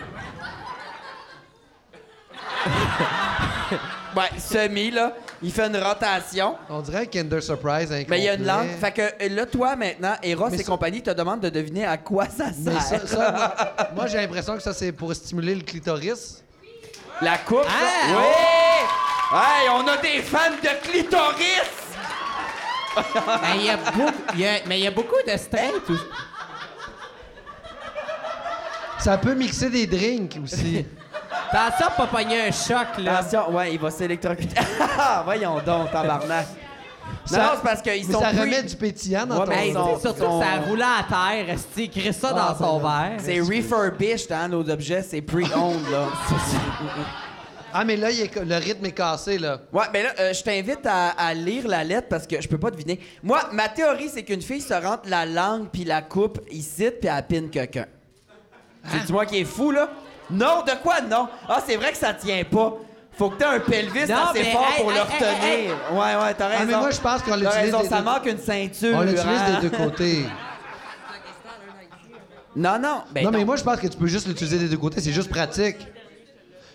C: ouais, semi, là. Il fait une rotation.
E: On dirait un Kinder Surprise incomplet.
C: Mais il y a une langue. Fait que là, toi, maintenant, Eros
E: Mais
C: et
E: ça-
C: compagnie te demandent de deviner à quoi ça sert.
E: Mais ça, ça, moi, moi, j'ai l'impression que ça, c'est pour stimuler le clitoris.
C: La coupe, ça?
B: Ah!
C: Oui! Hey, on a des fans de clitoris!
B: Ben, il y a beaucoup, il y a- mais il y a beaucoup de straight. ou-
E: Ça peut mixer des drinks aussi.
B: Attention, pas pogner un choc, là.
C: Attention, ouais, il va s'électrocuter. Ah, Voyons donc, tabarnak. Non,
E: Ça-
C: non, c'est parce qu'ils
E: mais
C: sont
E: ça
C: pris-
E: remet du pétillant dans
C: Ouais,
E: ton
B: Ben,
C: mais
B: hey,
C: Son-
B: tu sais, surtout
C: son-
B: que ça roule à terre, esti, il crée ça dans son verre.
C: Ah, C'est refurbished, hein, nos objets, c'est pre-owned, là.
E: Ah, mais là, il est ca- le rythme est cassé, là.
C: Ouais, mais là, euh, je t'invite à, à lire la lettre parce que je peux pas deviner. Moi, ma théorie, c'est qu'une fille se rentre la langue puis la coupe ici puis elle pine quelqu'un. C'est moi qui est fou, là? Non, de quoi non? Ah, c'est vrai que ça tient pas. Faut que t'aies un pelvis
B: Non,
C: assez
B: mais
C: fort
B: hey,
C: pour
B: hey,
C: le
B: hey,
C: retenir.
B: hey, hey.
C: Ouais, ouais, t'as raison.
E: Ah, mais moi, je pense qu'on
C: T'as
E: l'utilise
C: raison,
E: des
C: ça
E: deux-
C: manque une ceinture.
E: On l'utilise
C: hein?
E: des deux côtés.
C: Non, non. Ben,
E: non, mais
C: non.
E: moi, je pense que tu peux juste l'utiliser des deux côtés. C'est juste pratique.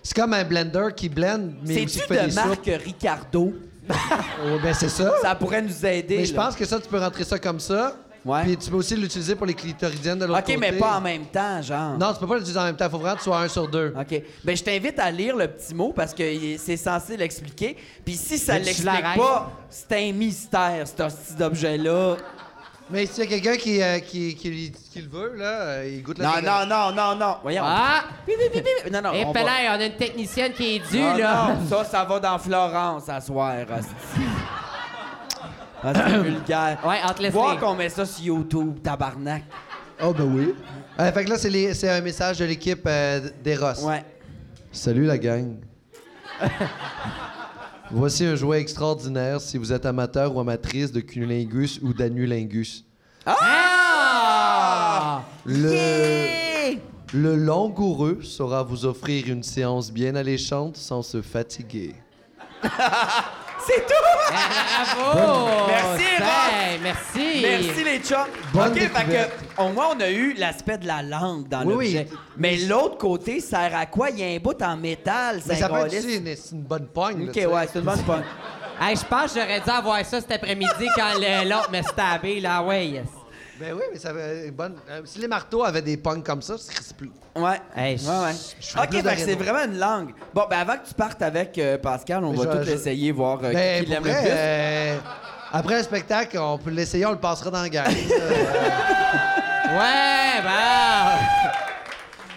E: C'est comme un blender qui blend, mais aussi
C: C'est-tu
E: qui fait des
C: de
E: soupes.
C: marque Ricardo?
E: Oh, ben, c'est ça.
C: Ça pourrait nous aider.
E: mais je
C: là.
E: pense que ça, tu peux rentrer ça comme ça.
C: Ouais.
E: Puis tu peux aussi l'utiliser pour les clitoridiennes de l'autre
C: OK,
E: côté.
C: mais pas en même temps, genre.
E: Non, tu peux pas l'utiliser en même temps. Faut vraiment que tu sois un sur deux.
C: OK. Ben, je t'invite à lire le petit mot parce que il- c'est censé l'expliquer. Puis si ça
B: Mais Ben, tu
C: l'explique
B: l'arrêtes.
C: pas, c'est un mystère, cet hostie d'objet-là.
E: Mais s'il y a quelqu'un qui, euh, qui, qui- qui le veut, là, euh, il goûte la
C: Non,
E: cigarette.
C: non, non, non, non. Voyons.
B: Ah!
C: Pi, pi, pi, pi. Non, non,
B: Et
C: on va-
B: là, on a une technicienne qui est due,
C: Non,
B: là.
C: Ah, non, ça, ça va dans Florence à soir, hostie. Ah, c'est vulgaire.
B: Ouais, on te laisse
C: Voir
B: lire.
C: qu'on met ça sur YouTube, tabarnak.
E: Oh, ben oui. Euh, fait que là, c'est les- c'est un message de l'équipe euh, des Ross.
C: Ouais.
E: Salut la gang. Voici un jouet extraordinaire si vous êtes amateur ou amatrice de cunnilingus ou d'anulingus.
B: Ah!
E: Le, le langoureux saura vous offrir une séance bien alléchante sans se fatiguer.
C: C'est tout!
B: Eh, Bravo!
C: Merci,
B: Ben, Merci!
C: Ah, Merci les chums.
E: Bonne
C: OK, fait
E: découverte.
C: que, au moins, on a eu l'aspect de la langue dans
E: Oui,
C: l'objet.
E: oui.
C: Mais l'autre côté sert à quoi? Il y a un bout en métal,
E: Mais
C: c'est
E: ça peut
C: un
E: être aussi une, c'est une bonne pogne. là,
C: OK,
E: tu sais.
C: ouais, c'est une bonne pogne.
B: Hey, je pense que j'aurais dû avoir ça cet après-midi quand le- l'autre me stabé, là, ouais. yes.
E: Ben oui, mais ça peut être une bonne. euh, si les marteaux avaient des pognes comme ça, ce serait plus.
C: Ouais.
B: Hey,
C: ouais,
B: je-
C: ouais.
E: je suis
C: OK,
E: plus de
C: fait que c'est
E: Renault.
C: vraiment une langue. Bon, ben avant que tu partes avec euh, Pascal, on
E: Mais
C: va
E: je-
C: tout
E: je-
C: essayer, voir euh, qui
E: Ben, pour
C: l'aime le
E: vrai,
C: plus.
E: euh, après le spectacle, on peut l'essayer, on le passera dans la gang.
B: ben, Ouais, bah.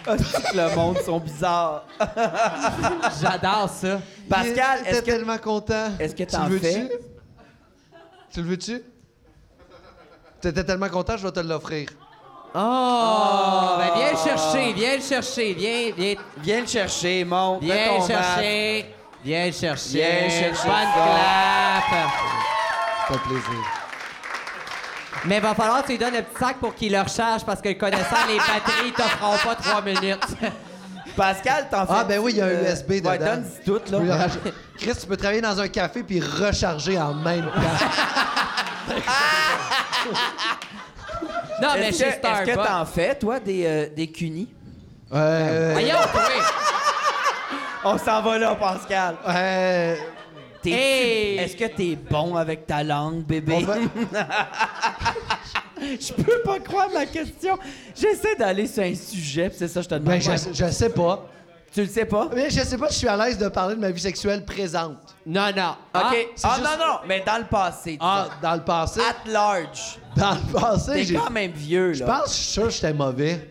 C: Ah, c'est que le monde sont bizarres.
B: J'adore ça.
C: Pascal,
E: Il était
C: est-ce que
E: tellement content.
C: est-ce que
E: tu
C: t'en
E: le veux-tu?
C: fais?
E: Tu le veux-tu? T'étais tellement content, je vais te l'offrir.
B: Oh,
C: Ah!
B: ben viens le chercher, viens le chercher, viens, viens,
C: viens le chercher, mon.
B: viens
C: Fais
B: le
C: ton masque.
B: chercher. Viens le chercher.
C: Viens le chercher
B: Bonne
C: ça.
B: clap.
E: C'est un plaisir.
B: Mais va falloir que tu lui donnes un petit sac pour qu'il le recharge parce que connaissant les batteries, ils t'offriront pas trois minutes.
C: Pascal, t'en fais.
E: Ah, ben oui, il y a un USB
C: Euh, ouais,
E: dedans. ah,
C: donne-y tout,
E: Je peux le
C: là.
E: rajouter. Chris, tu peux travailler dans un café puis recharger en même temps.
B: Non, mais
C: Est-ce que-
B: chez
C: est-ce que
B: Ah, ben, Starbucks.
C: t'en fais, toi, des, euh, des cunis?
E: Euh,
B: Voyons, oui.
C: On s'en va là, Pascal.
E: euh,
C: T'es-
B: Hey!
C: Est-ce que t'es bon avec ta langue, bébé?
E: on va-
C: Je peux pas croire ma question. J'essaie d'aller sur un sujet, puis c'est ça que je te demande.
E: ben, je, je sais pas.
C: Tu le sais pas?
E: Mais je sais pas si je suis à l'aise de parler de ma vie sexuelle présente.
B: Non, non.
C: OK.
E: c'est
C: Ah,
E: juste-
C: non, non, mais dans le passé.
E: Ah, dans le passé.
C: disons. At large.
E: Dans le passé,
C: T'es
E: j'ai.
C: quand même vieux,
E: Je
C: là.
E: pense, je suis sûr que j'étais mauvais.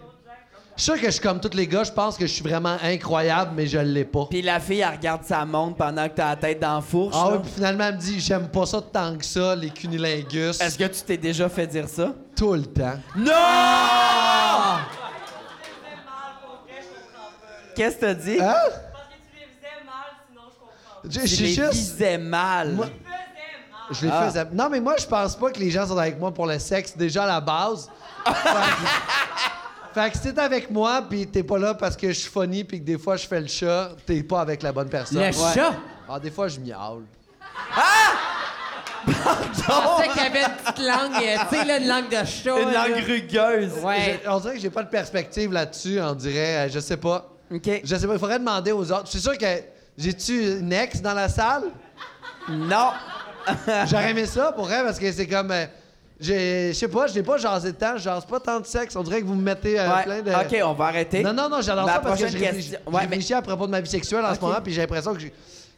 E: Je suis sûr que je suis comme tous les gars, je pense que je suis vraiment incroyable, mais je l'ai pas.
C: Puis la fille, elle regarde sa montre pendant que t'as la tête dans la fourche.
E: Ah
C: là.
E: oui, puis finalement, elle me dit, j'aime pas ça tant que ça, les cunilingus.
C: Est-ce que tu t'es déjà fait dire ça? Ah!
E: Tout le temps.
C: Non!
B: Ah!
C: Qu'est-ce que t'as dit?
E: Hein?
G: Parce que tu les faisais mal, sinon je comprends.
E: Je, je
C: Tu
E: suis
C: les
E: juste.
C: visais mal.
E: Moi-
G: Tu faisais mal.
E: Je les
C: Ah.
E: faisais. Non, mais moi, je pense pas que les gens sont avec moi pour le sexe, déjà à la base. fait que- fait que si t'es avec moi, puis t'es pas là parce que je suis funny, puis que des fois je fais le chat, t'es pas avec la bonne personne.
B: Le chat.
E: Ah, des fois, je miaule.
B: Je pensais qu'il y avait une petite langue, euh, tu sais, là, une langue de chat.
C: Une
B: là.
C: langue rugueuse.
B: Ouais.
E: Je- On dirait que j'ai pas de perspective là-dessus, on dirait, euh, je sais pas.
C: OK.
E: Je sais pas, il faudrait demander aux autres. Je suis sûr que j'ai-tu une ex dans la salle?
C: Non.
E: J'aurais aimé ça pour elle parce que c'est comme. euh, j'ai- je sais pas, je n'ai pas jasé de temps, je jase pas tant de sexe. On dirait que vous me mettez euh,
C: Ouais.
E: plein de.
C: OK, on va arrêter.
E: Non, non, non, j'adore
C: Ma
E: ça parce que je
C: prochaine
E: réfléchis,
C: question-
E: je
C: Ouais,
E: réfléchis à propos de ma vie sexuelle en
C: Ok.
E: ce moment, puis j'ai l'impression que je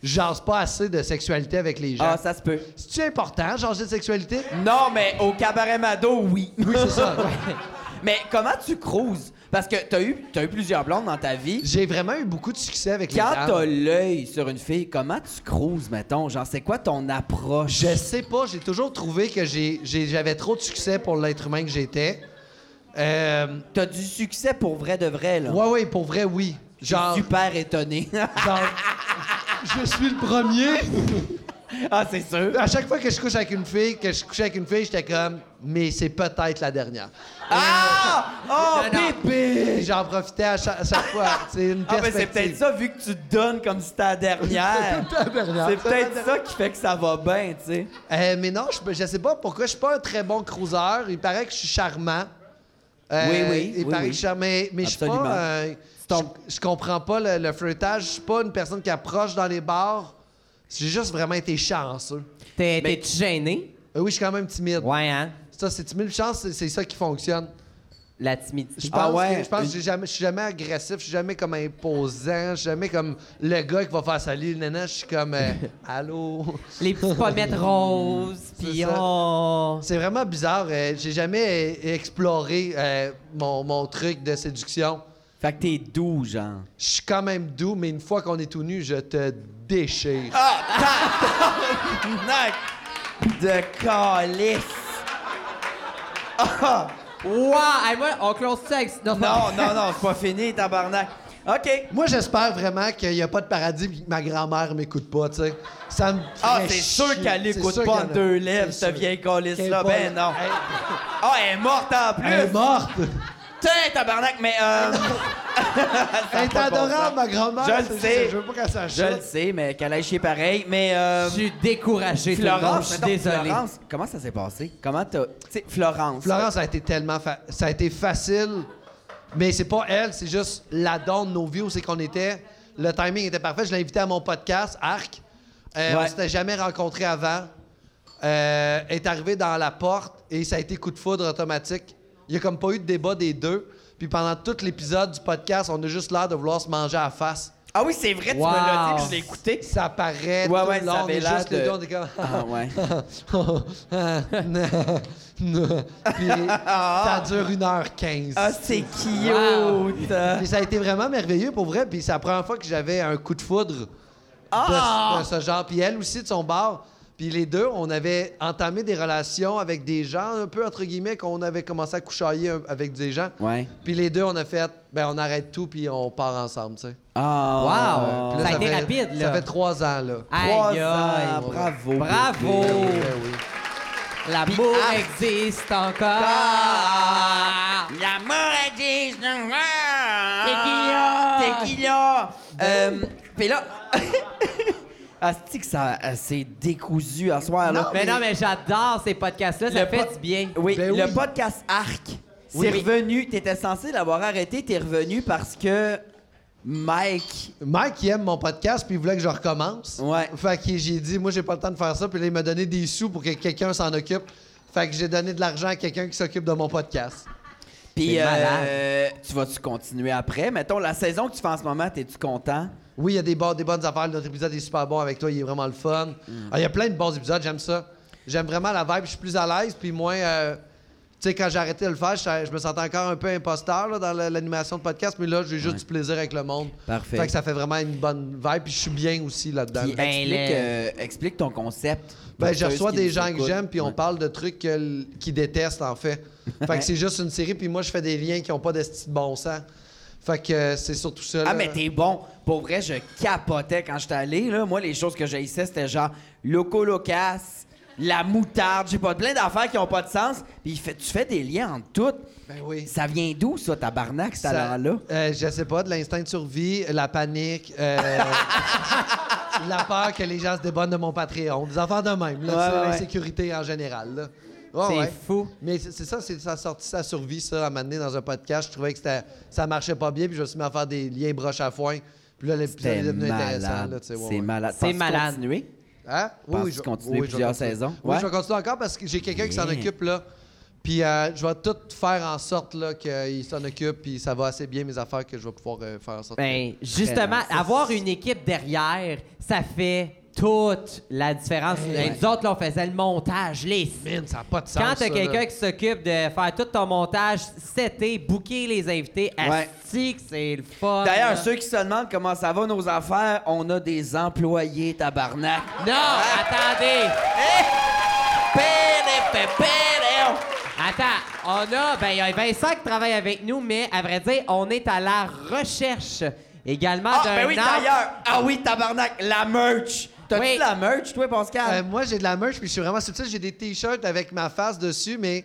E: je jase pas assez de sexualité avec les gens.
C: Ah, ça se peut.
E: C'est-tu important, jaser de sexualité?
C: Non, mais au cabaret Mado, oui.
E: Oui, c'est ça.
C: mais comment tu cruises? Parce que t'as eu, t'as eu plusieurs blondes dans ta vie.
E: J'ai vraiment eu beaucoup de succès avec les
C: Quand
E: gens.
C: t'as l'œil sur une fille, comment tu cruises, mettons? Genre, c'est quoi ton approche?
E: Je sais pas, j'ai toujours trouvé que j'ai- j'ai- j'avais trop de succès pour l'être humain que j'étais. Euh,
C: T'as du succès pour vrai de vrai, là.
E: ouais, ouais, pour vrai, oui.
C: Je suis
E: Genre,
C: super étonné.
E: genre, je suis le premier.
C: ah, c'est sûr.
E: À chaque fois que je couche avec une fille, que je couchais avec une fille, j'étais comme, mais c'est peut-être la dernière.
C: Ah! Oh,
B: Non, non.
E: Et
C: bébé!
E: j'en profitais à chaque, à chaque fois. C'est une
C: Ah, ben c'est
E: perspective.
C: peut-être ça, vu que tu te donnes comme si t'étais la dernière.
E: C'est peut-être la dernière.
C: C'est peut-être ça qui fait que ça va bien, tu sais.
E: Euh, mais non, je, je sais pas pourquoi je suis pas un très bon cruiseur. Il paraît que je suis charmant. Euh,
C: Oui, oui,
E: Il
C: oui,
E: paraît
C: oui.
E: que je suis charmant. Mais, mais je suis
C: Absolument.
E: pas. euh, je, je comprends pas le, le flirtage. Je suis pas une personne qui approche dans les bars. J'ai juste vraiment été chanceux.
B: T'es- T'es-tu gêné?
E: Euh, oui, je suis quand même timide.
B: Ouais, hein?
E: Ça, c'est timide. Chance, c'est- c'est ça qui fonctionne.
B: La timidité.
E: Je pense,
C: Ah ouais.
E: que, je pense que j'ai jamais- je suis jamais agressif, je suis jamais comme imposant, je suis jamais comme le gars qui va faire salir le nana, je suis comme euh, allô.
B: Les petites pommettes roses, pis
E: ça.
B: oh.
E: C'est vraiment bizarre, euh, j'ai jamais euh, exploré euh, mon, mon truc de séduction.
F: Fait que t'es doux, genre.
E: Je suis quand même doux, mais une fois qu'on est tout nu, je te déchire.
C: Ah! Nac de calice. Ah!
B: Wow! Hey, moi, on close sexe. Non,
C: Non, non, non, c'est pas fini, tabarnak. OK.
E: Moi, j'espère vraiment qu'il n'y a pas de paradis et que ma grand-mère m'écoute pas, tu sais. Ça me
C: Ah,
E: ferait
C: c'est sûr
E: chier.
C: qu'elle
E: C'est
C: écoute
E: sûr
C: pas
E: qu'elle-
C: en deux lèvres,
E: c'est
C: cette
E: sûr.
C: vieille calice-là.
E: Qu'elle est
C: Ben
E: pas-
C: non. Ah, elle est morte en plus.
E: Elle est morte!
C: Putain, tabarnak, mais... Euh...
E: Elle est
C: pas de bon
E: adorable,
C: sens.
E: ma grand-mère!
C: Je le
E: c'est juste
C: sais.
E: que Je veux pas qu'elle
C: Je
E: s'achète.
C: le sais, mais qu'elle aille chier pareil. Mais... Euh...
B: Je suis découragé, tout le monde. Je
C: Florence,
B: suis
C: mettons,
B: désolé.
C: Florence, comment ça s'est passé? Comment t'as... Tu sais, Florence.
E: Florence, ça a été tellement fa- ça a été facile, mais c'est pas elle, c'est juste la donne, nos vies où c'est qu'on était. Le timing était parfait. Je l'ai invitée à mon podcast, Arc. Euh, On
C: Ouais.
E: s'était jamais rencontrés avant. Euh, elle est arrivée dans la porte et ça a été coup de foudre automatique. Il y a comme pas eu de débat des deux. Puis pendant tout l'épisode du podcast, on a juste l'air de vouloir se manger à la face.
C: Ah oui, c'est vrai, tu
B: Wow.
C: me l'as dit, puis je l'ai écouté.
E: Ça
C: Ouais,
E: paraît tout
C: ouais,
E: le
C: ça
E: long, on
C: avait
E: est
C: l'air
E: juste
C: de-
E: les deux, on est comme...
C: Ah ouais.
E: Puis ça dure 1h15.
C: Ah, c'est cute.
B: Wow.
E: Puis ça a été vraiment merveilleux pour vrai. Puis c'est la première fois que j'avais un coup de foudre de-
C: Ah!
E: de, ce genre. Puis elle aussi de son bar. Puis les deux, on avait entamé des relations avec des gens, un peu entre guillemets, qu'on avait commencé à couchailler un- avec des gens.
F: Ouais.
E: Puis les deux, on a fait, ben on arrête tout, puis on part ensemble, tu sais.
C: Euh,
F: Ah.
E: Puis
B: Ça a été
E: fait-
B: rapide, là. Ah!
E: Ça fait trois ans, là.
C: Trois
B: Aïe,
C: ans,
B: aïe.
C: bravo.
B: Bravo!
E: Ben oui.
B: L'amour existe encore!
C: Ah! La mort à 10 Tequila! Tequila! Euh, puis là... Asti que ça euh, c'est décousu à soir, là.
B: Mais non, mais j'adore ces podcasts-là, ça
C: Le
B: fait
C: po-
B: du bien.
C: Oui,
E: Ben
C: le
E: oui.
C: podcast Arc, c'est
B: Oui.
C: revenu. T'étais censé l'avoir arrêté, t'es revenu parce que Mike...
E: Mike, il aime mon podcast, puis il voulait que je recommence.
C: Ouais.
E: Fait que j'ai dit, moi, j'ai pas le temps de faire ça, puis là, il m'a donné des sous pour que quelqu'un s'en occupe. Fait que j'ai donné de l'argent à quelqu'un qui s'occupe de mon podcast.
C: Puis
F: C'est malade.
C: euh, tu vas-tu continuer après? Mettons, la saison que tu fais en ce moment, t'es-tu content?
E: Oui, il y a des, bo- des bonnes affaires. Notre épisode est super bon avec toi, il est vraiment le fun.
F: Mm.
E: Ah, Il y a plein de bons épisodes, j'aime ça. J'aime vraiment la vibe, je suis plus à l'aise, puis moins. euh, tu sais, quand j'ai arrêté de le faire, je, je me sentais encore un peu imposteur là, dans la- l'animation de podcast, mais là, j'ai juste du plaisir avec le monde.
F: Parfait.
E: Fait que ça fait vraiment une bonne vibe, puis je suis bien aussi là-dedans.
F: Puis
B: Ben,
E: là.
F: explique, euh, explique ton concept.
E: Ben,
F: pour
E: je
F: ceux
E: reçois
F: qui
E: des
F: nous
E: gens que
F: écoutent.
E: j'aime, puis on parle de trucs que l- qu'ils détestent, en fait. Fait que c'est juste une série, puis moi, je fais des liens qui n'ont pas de style bon sens. Fait que euh, c'est surtout ça.
C: Ah,
E: là.
C: mais t'es bon. Pour vrai, je capotais quand j'étais allé. Là. Moi, les choses que j'haïssais, c'était genre Loco Locas, la moutarde, j'ai pas plein d'affaires qui ont pas de sens. Puis il fait- tu fais des liens entre toutes.
E: Ben oui.
C: Ça vient d'où, ça, tabarnak, cet
E: Ça-
C: talent-là?
E: euh, je sais pas, de l'instinct de survie, la panique, euh, la peur que les gens se débonnent de mon Patreon, des affaires de même,
C: Ouais,
E: là, c'est
C: ouais, ouais.
E: l'insécurité en général. là. Ouais,
B: C'est
E: ouais.
B: fou.
E: Mais c'est c'est ça, c'est ça sorti sa survie, ça, à m'amener dans un podcast. Je trouvais que c'était- ça marchait pas bien, puis je me suis mis à faire des liens broche à foin. Puis là, l'épisode est
F: C'est
E: devenu intéressant. là,
F: malade.
E: tu sais, ouais,
F: C'est
E: ouais.
F: malade.
B: C'est
F: Penses-tu
B: malade.
F: continuer?
E: Hein? Oui,
F: Penses-tu
E: oui, je vais
F: continuer
E: oui, je vais
F: plusieurs
E: continuer.
F: saisons?
E: Oui,
F: Ouais.
E: je vais continuer encore parce que j'ai quelqu'un qui s'en
F: Yeah.
E: occupe, là. Puis euh, je vais tout faire en sorte là, qu'il s'en occupe, puis ça va assez bien mes affaires que je vais pouvoir euh, faire en sorte.
B: Ben, justement,
F: nice.
B: avoir une équipe derrière, ça fait toute la différence.
C: Eh
B: Et Nous autres, là, on faisait le montage, les
E: que... Man, ça n'a pas de sens.
B: Quand t'as
E: ça, là.
B: quelqu'un qui s'occupe de faire tout ton montage, c'était booker les invités,
C: Ouais.
B: asti que c'est le fun. là.
C: D'ailleurs, ceux qui se demandent comment ça va nos affaires, on a des employés, tabarnak.
B: Non, attendez!
C: Péré, pé, péré.
B: Attends, on a, ben, il y a Vincent qui travaille avec nous, mais à vrai dire, on est à la recherche également
C: Ah,
B: d'un
C: ben oui,
B: arbre.
C: d'ailleurs. Ah oui, tabarnak, la merch. T'as-tu
B: Oui.
C: la merch, toi,
E: Euh,
C: Pascal?
E: moi, j'ai de la merch, puis je suis vraiment subtil. J'ai des t-shirts avec ma face dessus, mais.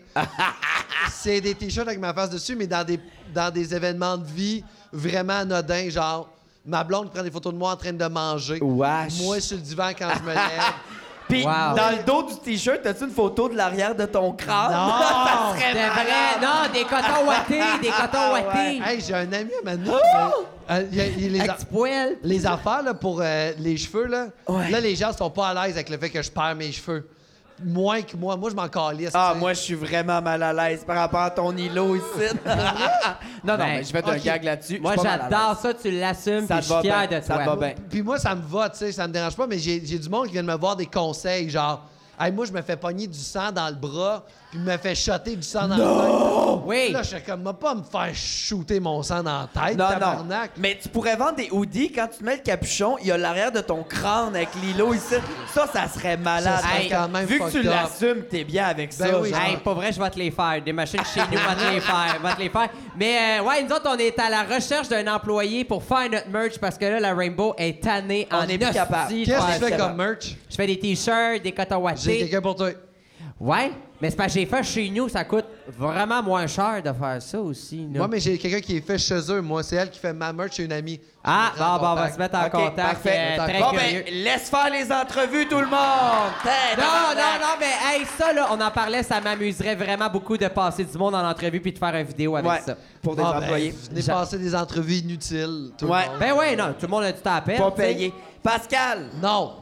E: c'est des t-shirts avec ma face dessus, mais dans des, dans des événements de vie vraiment anodins, genre. Ma blonde prend des photos de moi en train de manger.
F: Wesh.
E: Moi, sur le divan quand je me lève.
C: Puis
B: Wow.
C: dans le dos du t-shirt, t'as-tu une photo de l'arrière de ton crâne?
E: Non.
C: Ah, Ça
B: De
C: serait
B: vrai,
C: malade. Ah,
B: non, des cotons ouatés, des cotons ouatés.
E: Hey, j'ai un ami à Manou.
C: Oh!
E: les,
B: Un
E: euh, a-
B: petit poil.
E: les affaires là, pour euh, les cheveux, là,
C: Ouais.
E: là, les gens sont pas à l'aise avec le fait que je perds mes cheveux. Moins que moi. Moi, je m'en calisse.
C: Ah,
E: tu sais.
C: moi, je suis vraiment mal à l'aise par rapport à ton îlot ici. non,
B: Ben,
C: non, mais je vais te
E: ok.
C: gag là-dessus.
B: Moi,
C: Je suis pas mal à
B: j'adore ça, tu l'assumes, puis
C: Ça te
B: je suis
C: va
B: fier
C: bien,
B: de
C: ça
B: toi.
C: te va bien.
E: Puis moi, ça me va, tu sais, ça me dérange pas, mais j'ai j'ai du monde qui vient de me voir des conseils, genre, hey, moi, je me fais pogner du sang dans le bras, puis me fait shotter du sang dans le tête.
B: Oui.
E: Là, je suis comme, va pas me faire shooter mon sang dans la tête,
C: Non, non.
E: tabarnak.
C: Mais tu pourrais vendre des hoodies. Quand tu te mets le capuchon, il y a l'arrière de ton crâne avec l'îlot ici. Ça, ça serait malade.
E: Ça serait
C: Hey,
E: quand même
C: vu que tu
E: fucked up.
C: l'assumes, t'es bien avec
E: Ben
C: ça.
E: oui,
C: genre.
B: Hey, pour vrai, je vais te les faire. Des machines chez nous, je vais te les faire. je vais te les faire. Mais euh, ouais, nous autres, on est à la recherche d'un employé pour faire notre merch parce que là, la Rainbow est tannée
C: On
B: en
C: est plus
B: hostie
C: capable.
B: de
E: Qu'est-ce que
B: faire
E: tu fais
B: ça.
E: comme merch?
B: Je fais des t-shirts, des cotons
E: J'ai
B: ouatés.
E: quelqu'un pour toi.
B: Ouais, mais c'est parce que j'ai fait chez nous, ça coûte vraiment moins cher de faire ça aussi. là.
E: Moi, mais j'ai quelqu'un qui est fait chez eux. Moi, c'est elle qui fait ma merch chez une amie.
B: Ah,
E: Je me
B: bon,
E: prends
B: bon, on va
E: contact.
B: se mettre en
C: Ok,
B: contact.
C: parfait.
B: euh, très
C: bon,
B: curieux.
C: ben, laisse faire les entrevues, tout le monde. T'es-
B: Non, non, non, mais hey, ça, là, on en parlait, ça m'amuserait vraiment beaucoup de passer du monde en entrevue puis de faire une vidéo avec
C: Ouais,
B: ça.
C: pour des
E: Ah, ben,
C: employés.
E: venez
B: J'a-
E: passer des entrevues inutiles. tout le
C: Ouais.
E: monde.
B: Ben ouais, non, tout le monde a du temps à perdre,
C: Pas
B: tu sais.
C: payé. Pascal,
E: Non.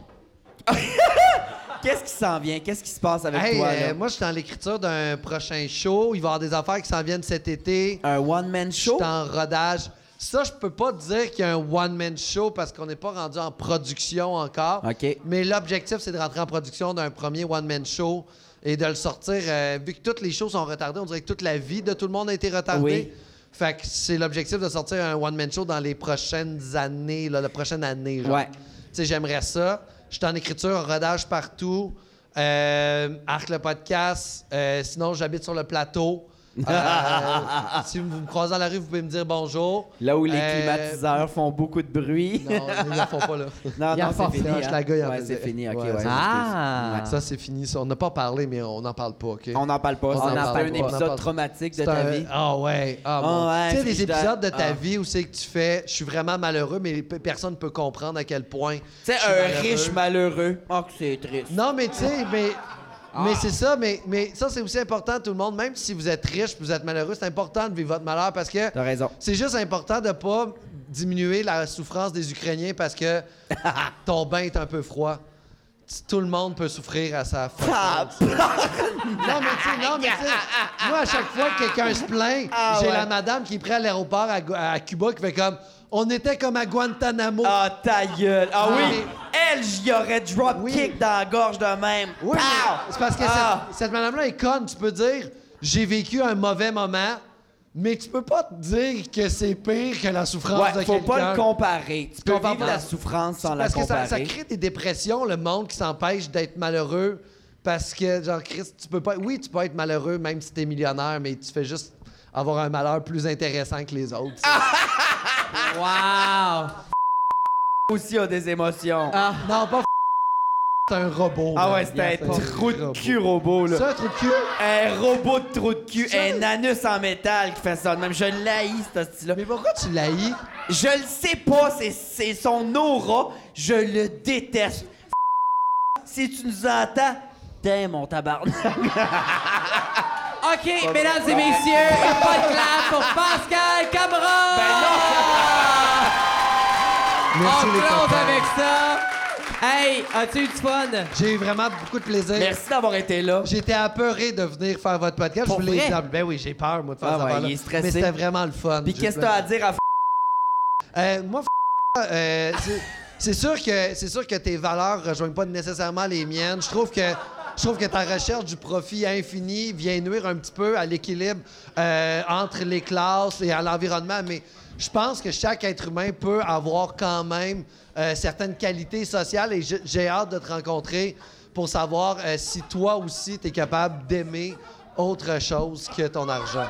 C: qu'est-ce qui s'en vient? Qu'est-ce qui se passe avec
E: Hey,
C: toi?
E: euh,
C: là?
E: moi, je suis dans l'écriture d'un prochain show. Il va y avoir des affaires qui s'en viennent cet été.
C: Un one-man
E: Je suis
C: show?
E: en rodage. Ça, je peux pas dire qu'il y a un one-man show parce qu'on n'est pas rendu en production encore.
F: OK.
E: Mais l'objectif, c'est de rentrer en production d'un premier one-man show et de le sortir. euh, vu que toutes les shows sont retardées, on dirait que toute la vie de tout le monde a été retardée.
F: Oui.
E: Fait que c'est l'objectif de sortir un one-man show dans les prochaines années, là, la prochaine année. genre.
F: Ouais.
E: Tu sais, j'aimerais ça. Je suis en écriture, en rodage partout. Euh, Arc le podcast. Euh, sinon, j'habite sur le plateau. Euh, si vous me croisez dans la rue, vous pouvez me dire bonjour.
F: Là où les
E: Euh,
F: climatiseurs font beaucoup de bruit.
E: Non, ils ne font pas là.
F: Non,
B: Il y a
F: non,
B: fort
F: c'est fini.
E: fort, je
F: hein.
E: la gueule, en
F: Ouais,
E: fait.
F: c'est fini. OK,
E: Ouais,
F: ouais.
E: c'est-
B: Ah!
E: Ça, c'est fini. Ça, on n'a pas parlé, mais on n'en parle pas, OK?
F: On n'en parle pas.
E: On
F: C'est
E: en
F: un
E: parle
F: peu
E: pas.
F: un
E: On en parle pas.
F: épisode traumatique de
E: C'est
F: ta
E: un-
F: vie.
E: Ah ouais. Ah,
F: Ah
E: mon-
F: ouais,
E: tu sais,
F: puis
E: les
F: je-
E: épisodes de ta
F: ah.
E: vie où c'est que tu fais « Je suis vraiment malheureux, mais pe- personne ne peut comprendre à quel point. »
F: Tu sais,
E: Je suis
F: un
E: malheureux.
F: riche malheureux. Oh, que c'est triste.
E: Non, mais tu sais, mais...
F: Ah.
E: Mais c'est ça, mais, mais ça, c'est aussi important, tout le monde. Même si vous êtes riche, vous êtes malheureux, c'est important de vivre votre malheur parce que...
F: T'as raison.
E: C'est juste important de pas diminuer la souffrance des Ukrainiens parce que ton bain est un peu froid. T- Tout le monde peut souffrir à
F: Ah,
E: sa façon. non, mais tu sais, non, mais tu
F: ah,
E: sais, moi, à chaque fois que quelqu'un se plaint, j'ai la madame qui est prête à l'aéroport à, Gu- à Cuba qui fait comme on était comme à Guantanamo.
C: Ah, ta gueule. Ah oui.
E: Ah.
C: Elle, j'y aurais drop
E: Oui.
C: kick dans la gorge de même.
E: Oui, mais
C: Pow!
E: c'est parce que
C: Ah.
E: cette, cette madame-là est conne. Tu peux dire j'ai vécu un mauvais moment, mais tu peux pas te dire que c'est pire que la souffrance de
F: Ouais, faut
E: quelqu'un.
F: pas le comparer. Tu peux
E: Comprends
F: vivre
E: pas.
F: la souffrance sans la
E: Parce que ça, ça
F: comparer.
E: crée des dépressions, le monde qui s'empêche d'être malheureux. Parce que, genre, Chris, tu peux pas. Oui, tu peux être malheureux même si t'es millionnaire, mais tu fais juste avoir un malheur plus intéressant que les autres.
C: Ah!
B: Wow!
F: aussi a des émotions.
B: Ah.
E: Non, pas f- c'est un robot.
C: Ah
E: man.
C: ouais, c'était
E: C'est
C: un trou de
E: robot.
C: cul robot,
E: C'est
C: là.
E: un trou de cul.
C: Un robot de trou de cul.
E: Ça-
C: Un anus en métal qui fait ça. de Même je l'haïs, ce style-là.
E: Mais pourquoi tu l'haïs?
C: Je le sais pas, c'est- c'est son aura. Je le déteste. Si tu nous entends, t'aimes mon tabarnak.
B: OK, mesdames et messieurs, une bonne clap pour Pascal Cameron!
E: Merci,
B: On
E: les
B: close
E: copains.
B: avec ça! Hey, as-tu eu du fun?
E: J'ai eu vraiment beaucoup de plaisir.
C: Merci d'avoir été là.
E: J'étais apeuré de venir faire votre podcast.
C: Pour
E: je voulais
C: vrai?
E: dire, ben oui, j'ai peur, moi, de faire
F: Ah
E: ça.
F: ouais, il est stressé.
E: Mais c'était vraiment le fun.
C: Puis
E: J'ai
C: qu'est-ce que
E: plein-
C: t'as à dire à
E: Euh, moi, f- euh, c'est- c'est sûr que c'est sûr que tes valeurs rejoignent pas nécessairement les miennes. Je trouve que je trouve que ta recherche du profit infini vient nuire un petit peu à l'équilibre euh, entre les classes et à l'environnement, mais je pense que chaque être humain peut avoir quand même euh, certaines qualités sociales et je- j'ai hâte de te rencontrer pour savoir euh, si toi aussi tu es capable d'aimer autre chose que ton argent.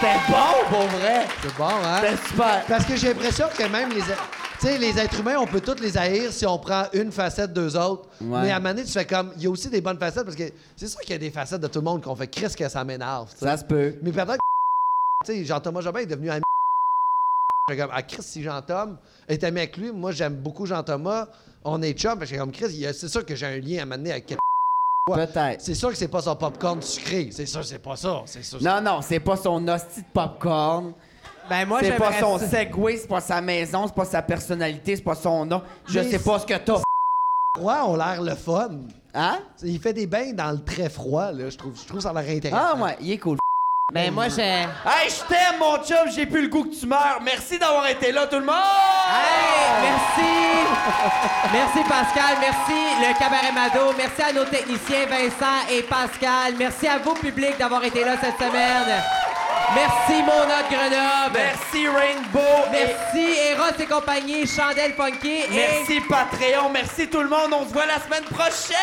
C: C'était bon pour vrai.
E: C'est bon, hein?
C: C'était super.
E: Parce que j'ai l'impression que même les. Tu sais, les êtres humains, on peut tous les haïr si on prend une facette d'eux autres.
F: Ouais.
E: Mais à un moment donné, tu fais comme. Il y a aussi des bonnes facettes parce que c'est sûr qu'il y a des facettes de tout le monde qu'on fait Chris que ça m'énerve. tu sais.
F: Ça se peut.
E: Mais pendant que. Tu sais, Jean-Thomas Jobin est devenu ami. Je fais comme. Ah, Chris, si Jean-Tom est ami avec lui, moi, j'aime beaucoup Jean-Thomas. On est chum. Fait que Je fais comme Chris, il y a- c'est sûr que j'ai un lien à m'amener avec.
F: Peut-être.
E: C'est sûr que c'est pas son popcorn sucré. C'est sûr, c'est pas ça. C'est sûr.
F: Non, non, c'est pas son hostie de popcorn.
B: Ben moi,
F: c'est pas
B: j'aimerais
F: son
B: ça-
F: Segway, c'est pas sa maison, c'est pas sa personnalité, c'est pas son nom. Je
E: Mais
F: sais pas ce que t'as.
E: Ouais, on l'air le fun.
F: Hein?
E: Il fait des bains dans le très froid, là, je trouve. Je trouve ça a l'air
B: Eh,
E: intéressant.
B: hein.
F: Ah ouais, il est cool.
B: Ben moi, j'ai...
C: Hey, je t'aime, mon chum. J'ai plus le goût que tu meurs. Merci d'avoir été là, tout le monde.
B: Hey, merci! Merci Pascal, merci le Cabaret Mado, merci à nos techniciens Vincent et Pascal, merci à vous public d'avoir été là cette semaine. Merci Mona de Grenoble.
C: Merci, Rainbow. Et
B: Merci Eros et compagnie, Chandelle Funky. Et...
C: merci, Patreon. Merci, tout le monde. On se voit la semaine prochaine.